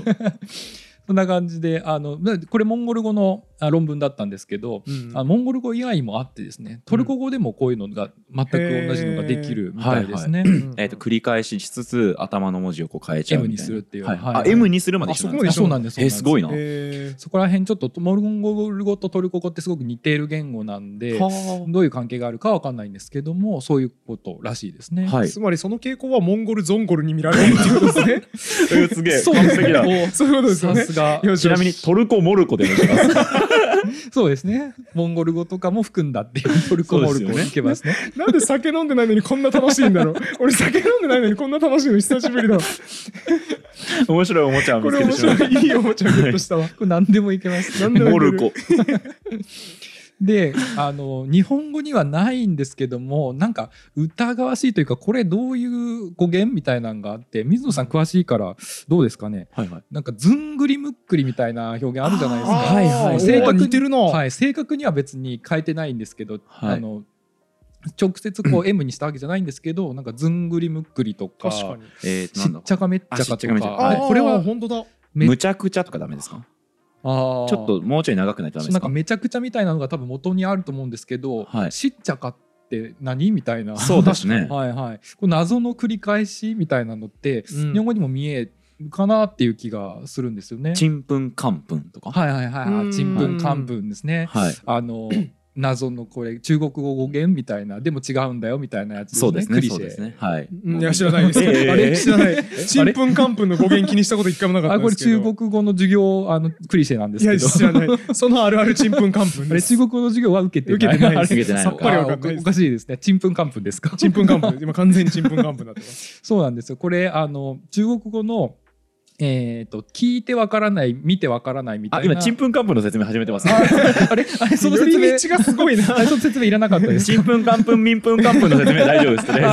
Speaker 1: そんな感じであのなこれモンゴル語のあ論文だったんですけど、あモンゴル語以外もあってですねトルコ語でもこういうのが全く同じのができるみたいですね。
Speaker 3: うん
Speaker 2: えっと繰り返ししつつ頭の文字をこう変えちゃう
Speaker 1: M
Speaker 2: み
Speaker 1: に
Speaker 2: たい
Speaker 1: す
Speaker 2: な
Speaker 1: るっていう、
Speaker 2: はいあ
Speaker 1: はい
Speaker 2: M にするまで一緒
Speaker 3: あ
Speaker 2: なん
Speaker 3: そこ
Speaker 1: あそうな
Speaker 3: まです
Speaker 2: でか
Speaker 1: んです
Speaker 2: えーすごい
Speaker 1: な
Speaker 2: な
Speaker 3: え
Speaker 1: そこら辺ちょっとモンゴル語とトルコ語ってすごく似ている言語なんで
Speaker 2: は
Speaker 1: どういう関係があるかわかんないんですけどもそういうことらしいですね。
Speaker 2: あは
Speaker 3: ー
Speaker 2: い
Speaker 3: つまりその傾向はモンゴルゾンゴルに見られるっていうこと
Speaker 2: <laughs>
Speaker 3: ですね
Speaker 2: えすげえ
Speaker 1: そう
Speaker 2: 完
Speaker 1: です
Speaker 2: 璧だ
Speaker 1: ね。
Speaker 3: そういうこと
Speaker 1: お
Speaker 3: ですよ
Speaker 1: さ
Speaker 3: ね
Speaker 1: すが
Speaker 3: よし
Speaker 2: ちなみにトルコモルコでもいきます
Speaker 1: <laughs> そうですね。モンゴル語とかも含んだっていうトルコモルコに行けますね。
Speaker 3: なんで酒飲んでないのにこんな楽しいん <laughs> だろう俺酒飲んでないのにこんな楽しいの久しぶりだわ
Speaker 2: 面白いおもちゃを
Speaker 3: こ
Speaker 2: 見つ
Speaker 3: れ
Speaker 2: け
Speaker 3: 面白
Speaker 2: てしまう
Speaker 3: いいいおもちゃゲットしたわ
Speaker 1: これ何でもいけます、
Speaker 3: 何でも
Speaker 2: モルコ
Speaker 1: であの日本語にはないんですけどもなんか疑わしいというかこれどういう語源みたいなのがあって水野さん詳しいからどうですかね
Speaker 2: はいはい
Speaker 1: なんかずんぐりむっくりみたいな表現あるじゃないですか。
Speaker 2: あーはいはい
Speaker 3: おー
Speaker 1: 正確に
Speaker 3: 似てるな、
Speaker 1: はい、正確には別に変えてないんですけど、
Speaker 2: は
Speaker 1: あ
Speaker 2: い
Speaker 1: の直接
Speaker 2: <clears throat>
Speaker 1: こう M にしたわけじゃないんですけどなんかずんぐりむっくりとか
Speaker 3: 確かに
Speaker 2: えーと
Speaker 1: し
Speaker 2: なんだ
Speaker 1: っちゃかめっちゃか
Speaker 2: あしっ
Speaker 1: と
Speaker 2: ちゃかめっちゃ
Speaker 1: か
Speaker 2: かはい
Speaker 1: あこれは
Speaker 3: 本当だ
Speaker 1: め
Speaker 2: むちゃくちゃとかダメですか
Speaker 1: あー
Speaker 2: ちょっともうちょい長くないとダメ
Speaker 1: そう
Speaker 2: で
Speaker 1: なん
Speaker 2: す
Speaker 1: か
Speaker 2: か
Speaker 1: めちゃくちゃみたいなのが多分元にあると思うんですけど、
Speaker 2: はい
Speaker 1: しっちゃかって何みたいな
Speaker 2: そうですね
Speaker 1: <laughs> はいはいこう謎の繰り返しみたいなのって、
Speaker 3: うん
Speaker 1: 日本語にも見えるかなっていう気がするんですよね。
Speaker 2: ちんぷんかんぷんとか
Speaker 1: はいはいはいは
Speaker 3: う
Speaker 1: い
Speaker 3: ん
Speaker 1: ちんぷんかんぷんですね。
Speaker 2: はい
Speaker 1: あの謎のこれ中国語語源みたいなでも違うんだよみたいなやつですね。
Speaker 2: そうですね
Speaker 1: クリシェ
Speaker 2: そうですねはい
Speaker 3: いや知らないです、
Speaker 2: ええ
Speaker 3: あれ知らないちんぷんかんぷんの語源気にしたこと一回もなかっ
Speaker 1: あ
Speaker 3: た
Speaker 1: こ
Speaker 3: んで
Speaker 1: れ
Speaker 3: すけど
Speaker 1: 中国語の授業あのクリシェなんですけ
Speaker 3: いや
Speaker 1: <laughs>
Speaker 3: 知
Speaker 1: ど。
Speaker 3: らないそのあるあるちんぷんかんぷん
Speaker 1: あ
Speaker 3: で
Speaker 1: れ
Speaker 3: す
Speaker 1: 中国語の授業は受けてない
Speaker 3: 受けてないです
Speaker 2: 受けてない
Speaker 3: さ
Speaker 2: の
Speaker 3: っ
Speaker 2: か
Speaker 3: ぱりわかん
Speaker 1: <laughs>
Speaker 3: ない
Speaker 1: あ
Speaker 3: で
Speaker 1: お
Speaker 3: す
Speaker 1: かしいですね。ちんぷんかんぷんですか。
Speaker 3: ちんぷんかんぷんです今完全にちんぷんかんぷんになってます
Speaker 1: そうなんですよ。これあの中国語のえっ、と聞いてわからない見てわからないみた
Speaker 2: あ
Speaker 1: いな。
Speaker 2: 今ちんぷんかんぷんの説明始めてますね
Speaker 1: ああれ <laughs> あれその説
Speaker 3: 寄
Speaker 1: 明
Speaker 3: り道がすごい <laughs> な
Speaker 1: あれその説明いらなかったです。
Speaker 2: <laughs> ちんぷんかんぷんみんぷんかんぷんの説明大丈夫ですね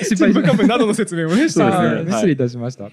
Speaker 1: 失
Speaker 3: ち
Speaker 1: 敗
Speaker 3: ん
Speaker 1: しま
Speaker 3: ぷんかん
Speaker 1: し
Speaker 3: ぷんなどの説明をねし
Speaker 1: た。
Speaker 3: たん
Speaker 2: そう
Speaker 1: は
Speaker 2: で
Speaker 1: い
Speaker 2: すねはい
Speaker 1: 失礼いたしました。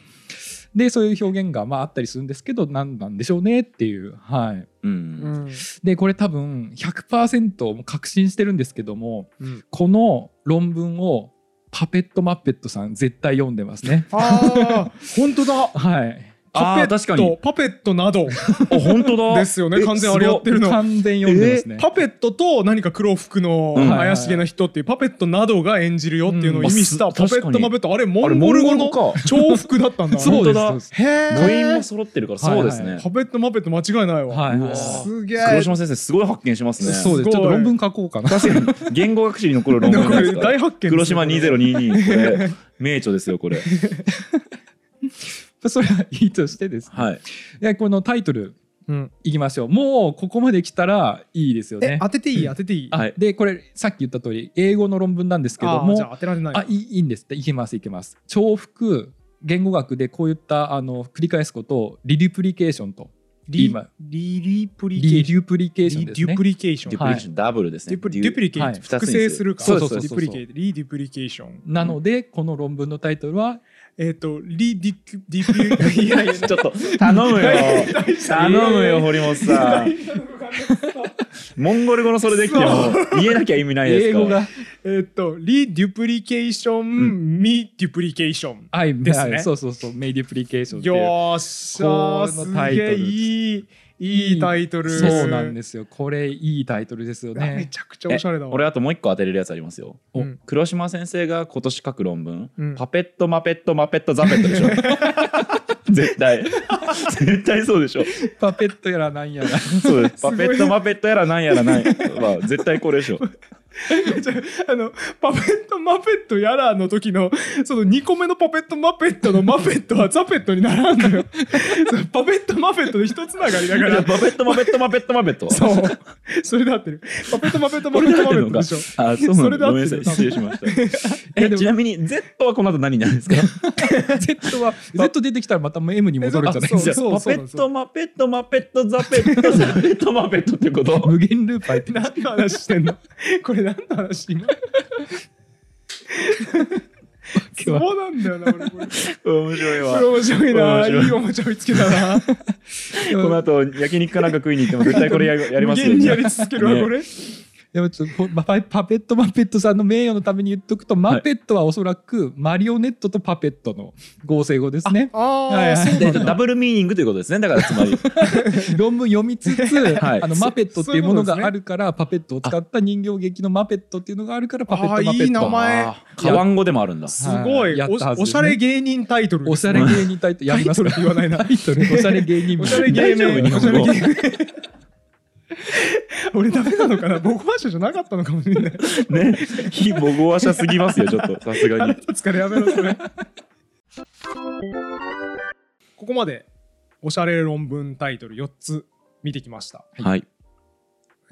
Speaker 1: でそういう表現がまああったりするんですけど何なんでしょうねっていうはい。
Speaker 2: うん
Speaker 1: でこれ多分100%もう確信してるんですけども
Speaker 3: うん
Speaker 1: この論文をパペットマッペットさん絶対読んでますね。
Speaker 3: ああ本当だ
Speaker 1: はい。
Speaker 2: あー
Speaker 3: パペ
Speaker 2: 確か
Speaker 3: ッ
Speaker 2: に
Speaker 3: トパペットなど
Speaker 2: あ本当だ
Speaker 3: ですよね
Speaker 2: え
Speaker 3: 完全あれやってるの
Speaker 1: 完全読んでますね。
Speaker 3: パペットと何か黒服の
Speaker 2: うん
Speaker 3: 怪しげな人っていうパペットなどが演じるよっていうのを意味した
Speaker 2: うん
Speaker 3: パペ
Speaker 2: 確か
Speaker 3: ッ
Speaker 2: に
Speaker 3: トマペットあれモ
Speaker 2: あれ
Speaker 3: ンゴル語
Speaker 2: モン
Speaker 3: の
Speaker 2: ゴ
Speaker 3: 重複
Speaker 1: <laughs>
Speaker 3: だったんだ
Speaker 1: そうです
Speaker 2: 本当だ
Speaker 1: そうです。
Speaker 3: へえ
Speaker 2: 母音も揃ってるから
Speaker 1: はい
Speaker 2: そうですね
Speaker 3: パペットマペット間違いないわ
Speaker 1: はい、
Speaker 2: う
Speaker 1: は
Speaker 2: わ
Speaker 1: い。
Speaker 3: すげえ
Speaker 2: 黒島先生すごい発見しますね
Speaker 1: そう
Speaker 3: す
Speaker 1: です。
Speaker 3: ごい
Speaker 1: ちょっと論文書こうかな。
Speaker 2: 確かに言語学習に残る論
Speaker 3: なん
Speaker 2: 文
Speaker 3: かこ
Speaker 2: で
Speaker 3: れ
Speaker 2: すから
Speaker 3: 大発見ですね
Speaker 2: 黒島2022これ名著ですよこれ
Speaker 1: それはいいとしてです、ね
Speaker 2: はい
Speaker 1: でこのタイトル
Speaker 3: うん
Speaker 1: いきましょう。もうここまで来たらいいですよ
Speaker 3: え
Speaker 1: ね。
Speaker 3: 当てていい当てていい
Speaker 2: はい
Speaker 1: でこれさっき言った通り英語の論文なんですけど
Speaker 3: あーじゃあ
Speaker 1: も
Speaker 3: 当てられない
Speaker 1: あいいいいんですっていけますいけます。重複言語学でこういったあの繰り返すことをリデュプリケーションと
Speaker 3: リ
Speaker 1: 今
Speaker 3: リリプリケ
Speaker 1: リ
Speaker 3: ーシ
Speaker 1: デュプリケーション
Speaker 3: ョンリ
Speaker 1: で
Speaker 3: デ
Speaker 1: す
Speaker 3: ュ
Speaker 1: ね
Speaker 3: プ。リケーション
Speaker 2: デュプリケーションダブルです
Speaker 3: デ
Speaker 2: ね
Speaker 3: ュプリデュプリケ
Speaker 1: は
Speaker 3: ー
Speaker 1: い
Speaker 3: ション複製するか
Speaker 1: そうそうそうそう
Speaker 3: デュプリケートリデュプリケーション
Speaker 1: なのでこの論文のタイトルは
Speaker 3: えっとリディクディプリいやいや
Speaker 2: ちょっと頼むよ頼むよ堀本さんモンゴル語のそれできても言えなきゃ意味ないです
Speaker 1: 英
Speaker 2: か
Speaker 1: 語
Speaker 2: ら
Speaker 1: が
Speaker 3: えっと、リデュプリケーション、ミデュプリケーション。
Speaker 1: はい
Speaker 3: ですね
Speaker 1: はいそうそうそうメイデュプリケーションっていう
Speaker 3: よーっしゃー、
Speaker 1: こ
Speaker 3: す
Speaker 1: のタイトル
Speaker 3: げえいい、いいタイトル。
Speaker 1: そうなんですよこれいいタイトルですよ
Speaker 3: うわめ
Speaker 1: ね
Speaker 3: ちゃくちゃおしゃれだわ。
Speaker 2: 俺あともう一個当てれるやつありますよ
Speaker 3: う
Speaker 1: お
Speaker 3: ん
Speaker 2: 黒島先生が今年書く論文
Speaker 3: うん <laughs>
Speaker 2: パペットマペットマペットザペットでしょ絶対絶対そうでしょ
Speaker 1: パペットやらなんやら
Speaker 2: そうです
Speaker 3: すご
Speaker 2: パ
Speaker 3: い
Speaker 2: ペットマペットやらなんやらない、まあ、絶対これでしょ
Speaker 3: あのパペットマペットやらの時の <laughs> その2個目のパペットマペットのマペットはザペットにならんの <laughs> よそうパペットマペットで一つながりだか
Speaker 2: いや
Speaker 3: ら
Speaker 2: パペットマペットマペットマペット
Speaker 3: そうそれで合ってるパペットマペットマ
Speaker 2: こ
Speaker 3: ペ
Speaker 2: れ
Speaker 3: ッ
Speaker 2: で合
Speaker 3: ト
Speaker 2: っ
Speaker 3: マペッ
Speaker 2: てるの
Speaker 3: ト
Speaker 2: か
Speaker 3: でしょ
Speaker 2: あそうな
Speaker 3: そ
Speaker 2: の
Speaker 3: れで合
Speaker 2: ご
Speaker 3: っ
Speaker 2: め
Speaker 3: て
Speaker 2: んなさい
Speaker 3: る
Speaker 2: 失礼しました
Speaker 1: いや
Speaker 2: え
Speaker 1: でも
Speaker 2: ちなみに Z はこの後何になるんですか
Speaker 1: Z は Z 出てきたらまた M に戻るんじゃない
Speaker 3: そう
Speaker 1: です
Speaker 2: じゃあ
Speaker 3: そう
Speaker 2: パ
Speaker 3: そう
Speaker 2: ペットマペットマペットザペ
Speaker 3: <laughs>
Speaker 2: ットザペットマペットっていうこと
Speaker 1: か無限ループ入ってる
Speaker 3: 何の <laughs> 話してんのこれ何の話今
Speaker 1: け
Speaker 3: そ
Speaker 1: は
Speaker 3: うなんだよな俺これ
Speaker 2: 面白い
Speaker 3: こ
Speaker 2: わ
Speaker 3: れ面白いな
Speaker 2: 面白い
Speaker 3: いいおもちゃ見つけたな <laughs>
Speaker 2: この後焼肉かなんか食いに行っても絶対これややります
Speaker 3: 無限にやり続けるわ
Speaker 2: ね
Speaker 3: これ
Speaker 1: でもちょっとパパパペットマペットさんの名誉のために言っとくと、マペットはおそらくマリオネットとパペットの合成語ですね。
Speaker 3: ああそう
Speaker 2: でダブルミーニングということですねだからつまり
Speaker 1: 論文読みつ
Speaker 3: <laughs>
Speaker 1: つ、
Speaker 2: はい
Speaker 1: あの
Speaker 2: そ
Speaker 1: マペットっていうものがあるから、パペットを使った人形劇のマペットっていうのがあるからパペッ
Speaker 3: あ
Speaker 1: ト
Speaker 3: ー
Speaker 1: マペ
Speaker 3: いい
Speaker 1: ッ
Speaker 3: 名
Speaker 1: ト。
Speaker 3: 前
Speaker 2: あーカワン語でもあるんだ
Speaker 3: すご
Speaker 1: はい
Speaker 3: い
Speaker 1: やったはず
Speaker 3: おおしゃれ芸人タイトル
Speaker 1: おしゃれ芸人隊とやります
Speaker 3: タイトルって言わないな
Speaker 1: タイトル <laughs> おしゃれ芸人
Speaker 3: おしゃれ芸名
Speaker 2: 大丈夫
Speaker 3: おしゃれ芸名俺ダメなのかな僕話じゃなかったのかもしれない
Speaker 2: ね非母語話者すぎますよちょっとさすが
Speaker 3: あな
Speaker 2: に
Speaker 3: た疲れやめろそれ <laughs> ここまでおしゃれ論文タイトル4つ見てきました、
Speaker 2: はい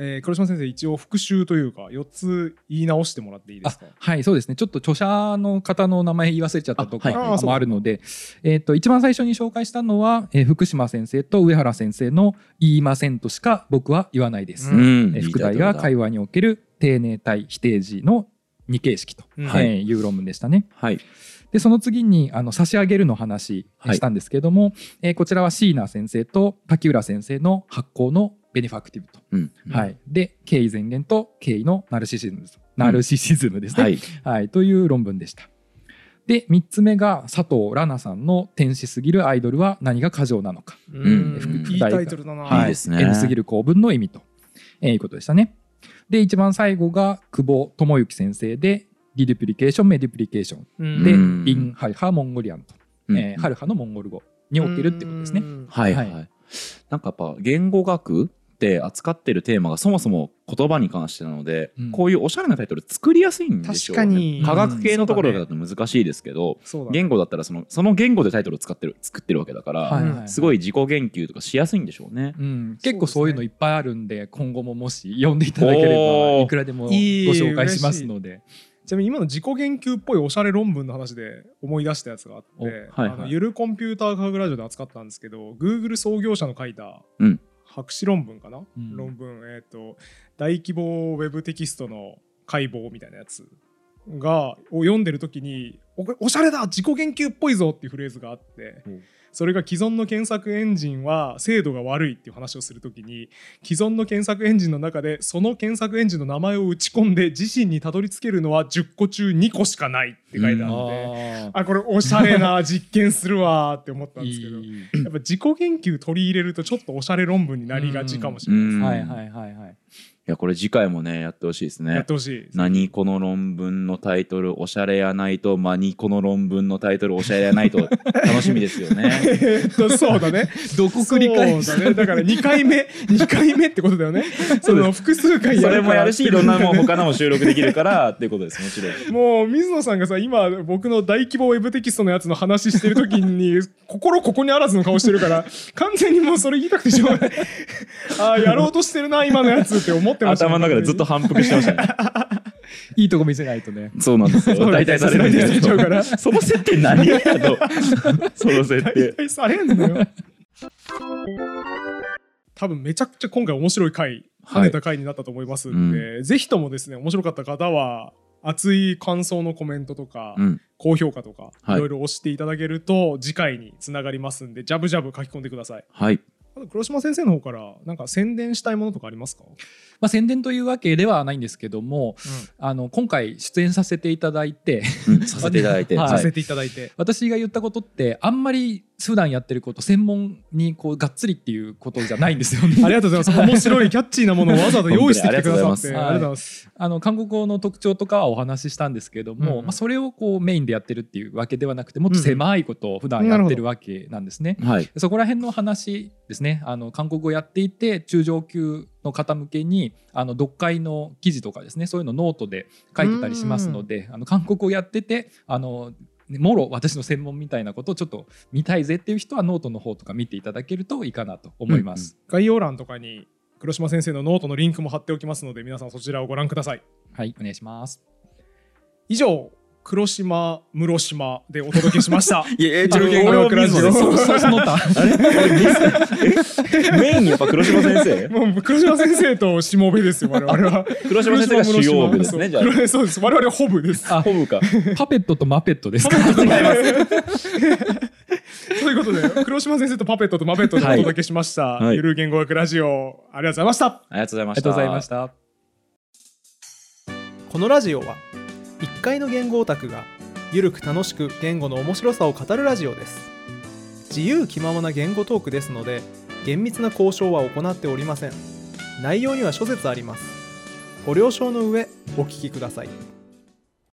Speaker 3: えー黒島先生一応復習というか4つ言い直してもらっていいですか
Speaker 1: はいそうですねちょっと著者の方の名前言い忘れちゃったとか
Speaker 2: あはい
Speaker 3: あーそう
Speaker 1: もあるので、えー、と一番最初に紹介したのは、えー福島先生と上原先生の「言いません」としか僕は言わないです。
Speaker 2: ん
Speaker 1: えー副題が会話における丁寧体否定時の二形式と、
Speaker 3: うん
Speaker 1: えー
Speaker 2: はい
Speaker 1: いう論文でしたね。
Speaker 2: はい
Speaker 1: でその次にあの差し上げるの話
Speaker 2: はい
Speaker 1: したんですけれども、えーこちらは椎名先生と滝浦先生の発行のベネファクティブと、
Speaker 2: うん
Speaker 1: はい、で敬意前言と敬意のナルシシズムですナルシシズムですね、
Speaker 2: はい
Speaker 1: はい、という論文でした。で3つ目が佐藤ラナさんの「天使すぎるアイドルは何が過剰なのか」
Speaker 3: う
Speaker 2: うん
Speaker 3: んいいタイトルだな、
Speaker 2: はいいですね
Speaker 1: N すぎる構文の意味と、えーいうことでしたね。で一番最後が久保智之先生で「リデュプリケーションメデュプリケーション」
Speaker 3: うん
Speaker 1: で
Speaker 2: うん
Speaker 1: 「インハイハモンゴリアン」と。えー、ハルハのモンゴル語におけるってことですね
Speaker 3: う。ん
Speaker 2: はい
Speaker 1: は
Speaker 2: はいい、なんかやっぱ言語学って扱ってるテーマがそもそも言葉に関してなので、
Speaker 1: うん
Speaker 2: こういうおしゃれなタイトル作りやすいんでしょうね
Speaker 3: 確かに
Speaker 2: 科学系のところだと難しいですけど、
Speaker 3: そうだね
Speaker 2: 言語だったらそのその言語でタイトルを使ってる作ってるわけだから、
Speaker 1: はい
Speaker 3: うん
Speaker 1: はい
Speaker 2: すごい自己言及とかしやすいんでしょうね。
Speaker 1: うん、結構そういうのいっぱいあるんで今後ももし読んでいただければ
Speaker 2: おー
Speaker 1: いくらでもご
Speaker 3: いい
Speaker 1: 紹介しますので
Speaker 3: ちなみに今の自己言及っぽいおしゃれ論文の話で思い出したやつがあって、
Speaker 1: おはい
Speaker 2: はい
Speaker 3: あのゆるコンピューター科学ラジオで扱ったんですけど Google 創業者の書いた
Speaker 2: うん
Speaker 3: 博士論文かな、
Speaker 1: うん
Speaker 3: 論文、えー、と大規模ウェブテキストの解剖みたいなやつがを読んでる時におおしゃれだ自己言及っぽいぞっていうフレーズがあって、
Speaker 2: うん
Speaker 3: それが既存の検索エンジンは精度が悪いっていう話をする時に既存の検索エンジンの中でその検索エンジンの名前を打ち込んで自身にたどり着けるのは10個中2個しかないって書いてあ
Speaker 2: う
Speaker 3: る
Speaker 2: ん
Speaker 3: んで、
Speaker 1: あ
Speaker 3: あこれおしゃれな実験するわーって思った
Speaker 1: ー
Speaker 3: んですけど
Speaker 1: いい
Speaker 3: やっぱ自己研究取り入れるとちょっとおしゃれ論文になりがちかもしれないです
Speaker 2: うん
Speaker 1: はいはいはいはい
Speaker 2: いやこれ次回もねやってほしいです
Speaker 3: やっ
Speaker 2: ね
Speaker 3: て。ほしい
Speaker 2: 何この論文のタイトルおしゃれやないと、まあ、にこの論文のタイトルおしゃれやないと楽しみですよね。
Speaker 3: <laughs> えーっとそう
Speaker 2: <laughs>
Speaker 3: だね
Speaker 1: どこ繰り返し
Speaker 3: そうだねだから2回目2回目ってことだよねその複数回
Speaker 2: そ
Speaker 3: や
Speaker 2: れ
Speaker 3: る
Speaker 2: も
Speaker 3: か
Speaker 2: や
Speaker 3: ら
Speaker 2: るし、いろんなもん他のも収録できるからっていうことです、もち
Speaker 3: <laughs>
Speaker 2: ろん。
Speaker 3: もう水野さんがさ今僕の大規模ウェブテキストのやつの話してる時に心ここにあらずの顔してるから完全にもうそれ言いたくてしょうが
Speaker 2: <laughs>
Speaker 3: ないああやろうとしてるな今のやつって思ってました
Speaker 2: 頭の中でずっと反復してましたね。
Speaker 1: いいとこ見せないとね
Speaker 2: そうなんです
Speaker 3: そう
Speaker 2: よ。大体されるんで
Speaker 3: 大体
Speaker 2: す
Speaker 3: されちゃ
Speaker 2: よ
Speaker 3: うから。
Speaker 2: その設定何やと。その設
Speaker 3: <laughs> 大
Speaker 2: 定。
Speaker 3: 体されんのよ多分めちゃくちゃ今回面白い回
Speaker 2: はい
Speaker 3: 跳ねた回になったと思いますんで、ぜひともですね面白かった方は熱い感想のコメントとか、
Speaker 2: うん。
Speaker 3: 高評価とか、
Speaker 2: はい
Speaker 3: いろいろ押していただけると次回につながりますんでジャブジャブ書き込んでください
Speaker 2: はい。
Speaker 3: あと黒島先生の方からなんか宣伝したいものとかありますか
Speaker 1: まあ、宣伝というわけではないんですけども、あの今回出演させていただいて <laughs>
Speaker 2: うんさせていただいて、
Speaker 1: はい
Speaker 3: させていただいて、。
Speaker 1: 私が言ったことってあんまり普段やってること専門にこうがっつりっていうことじゃないんですよね
Speaker 3: <laughs> ありがとうございます面白いキャッチーなものをわざわざ用意してきてくださって
Speaker 1: 本当に
Speaker 3: あ
Speaker 1: ありがとう
Speaker 3: りがとうございます
Speaker 1: あの韓国語の特徴とかはお話ししたんですけども、
Speaker 3: うん
Speaker 1: まあ、それをこうメインでやってるっていうわけではなくてもっと狭いことを普段やってるわけなんですね。
Speaker 2: はい
Speaker 1: そこら辺の話ですねあの韓国語やっていて中上級の方向けにあの読解の記事とかですねそういうのノートで書いてたりしますのであの韓国語やっててあのねもろ私の専門みたいなことをちょっと見たいぜっていう人はノートの方とか見ていただけるといいかなと思います。
Speaker 3: 概要欄とかに黒島先生のノートのリンクも貼っておきますので皆さんそちらをご覧ください
Speaker 1: はいお願いします。
Speaker 3: 以上黒島室島でお届けしました
Speaker 2: いや、え
Speaker 3: 中堅語力ラジオ
Speaker 2: 俺は
Speaker 1: そ
Speaker 2: 見ず
Speaker 1: そその他
Speaker 2: あれ俺見ず <laughs> えメインやっぱ黒島先生
Speaker 3: もう黒島先生としもべですよ我々は
Speaker 2: 黒島先生が主要部ですねじゃ
Speaker 3: 黒島そうです我々はホブです
Speaker 2: あホブか
Speaker 1: パペットとマペットですか。
Speaker 3: ということで黒島先生とパペットとマペットでお届けしました、
Speaker 2: い
Speaker 3: ゆる言語学ラジオありがとうございました
Speaker 2: ありがとうございま
Speaker 1: ありがとうございました。
Speaker 4: このラジオは1階の言語オタクがゆるく楽しく言語の面白さを語るラジオです自由気ままな言語トークですので厳密な交渉は行っておりません内容には諸説ありますご了承の上お聞きください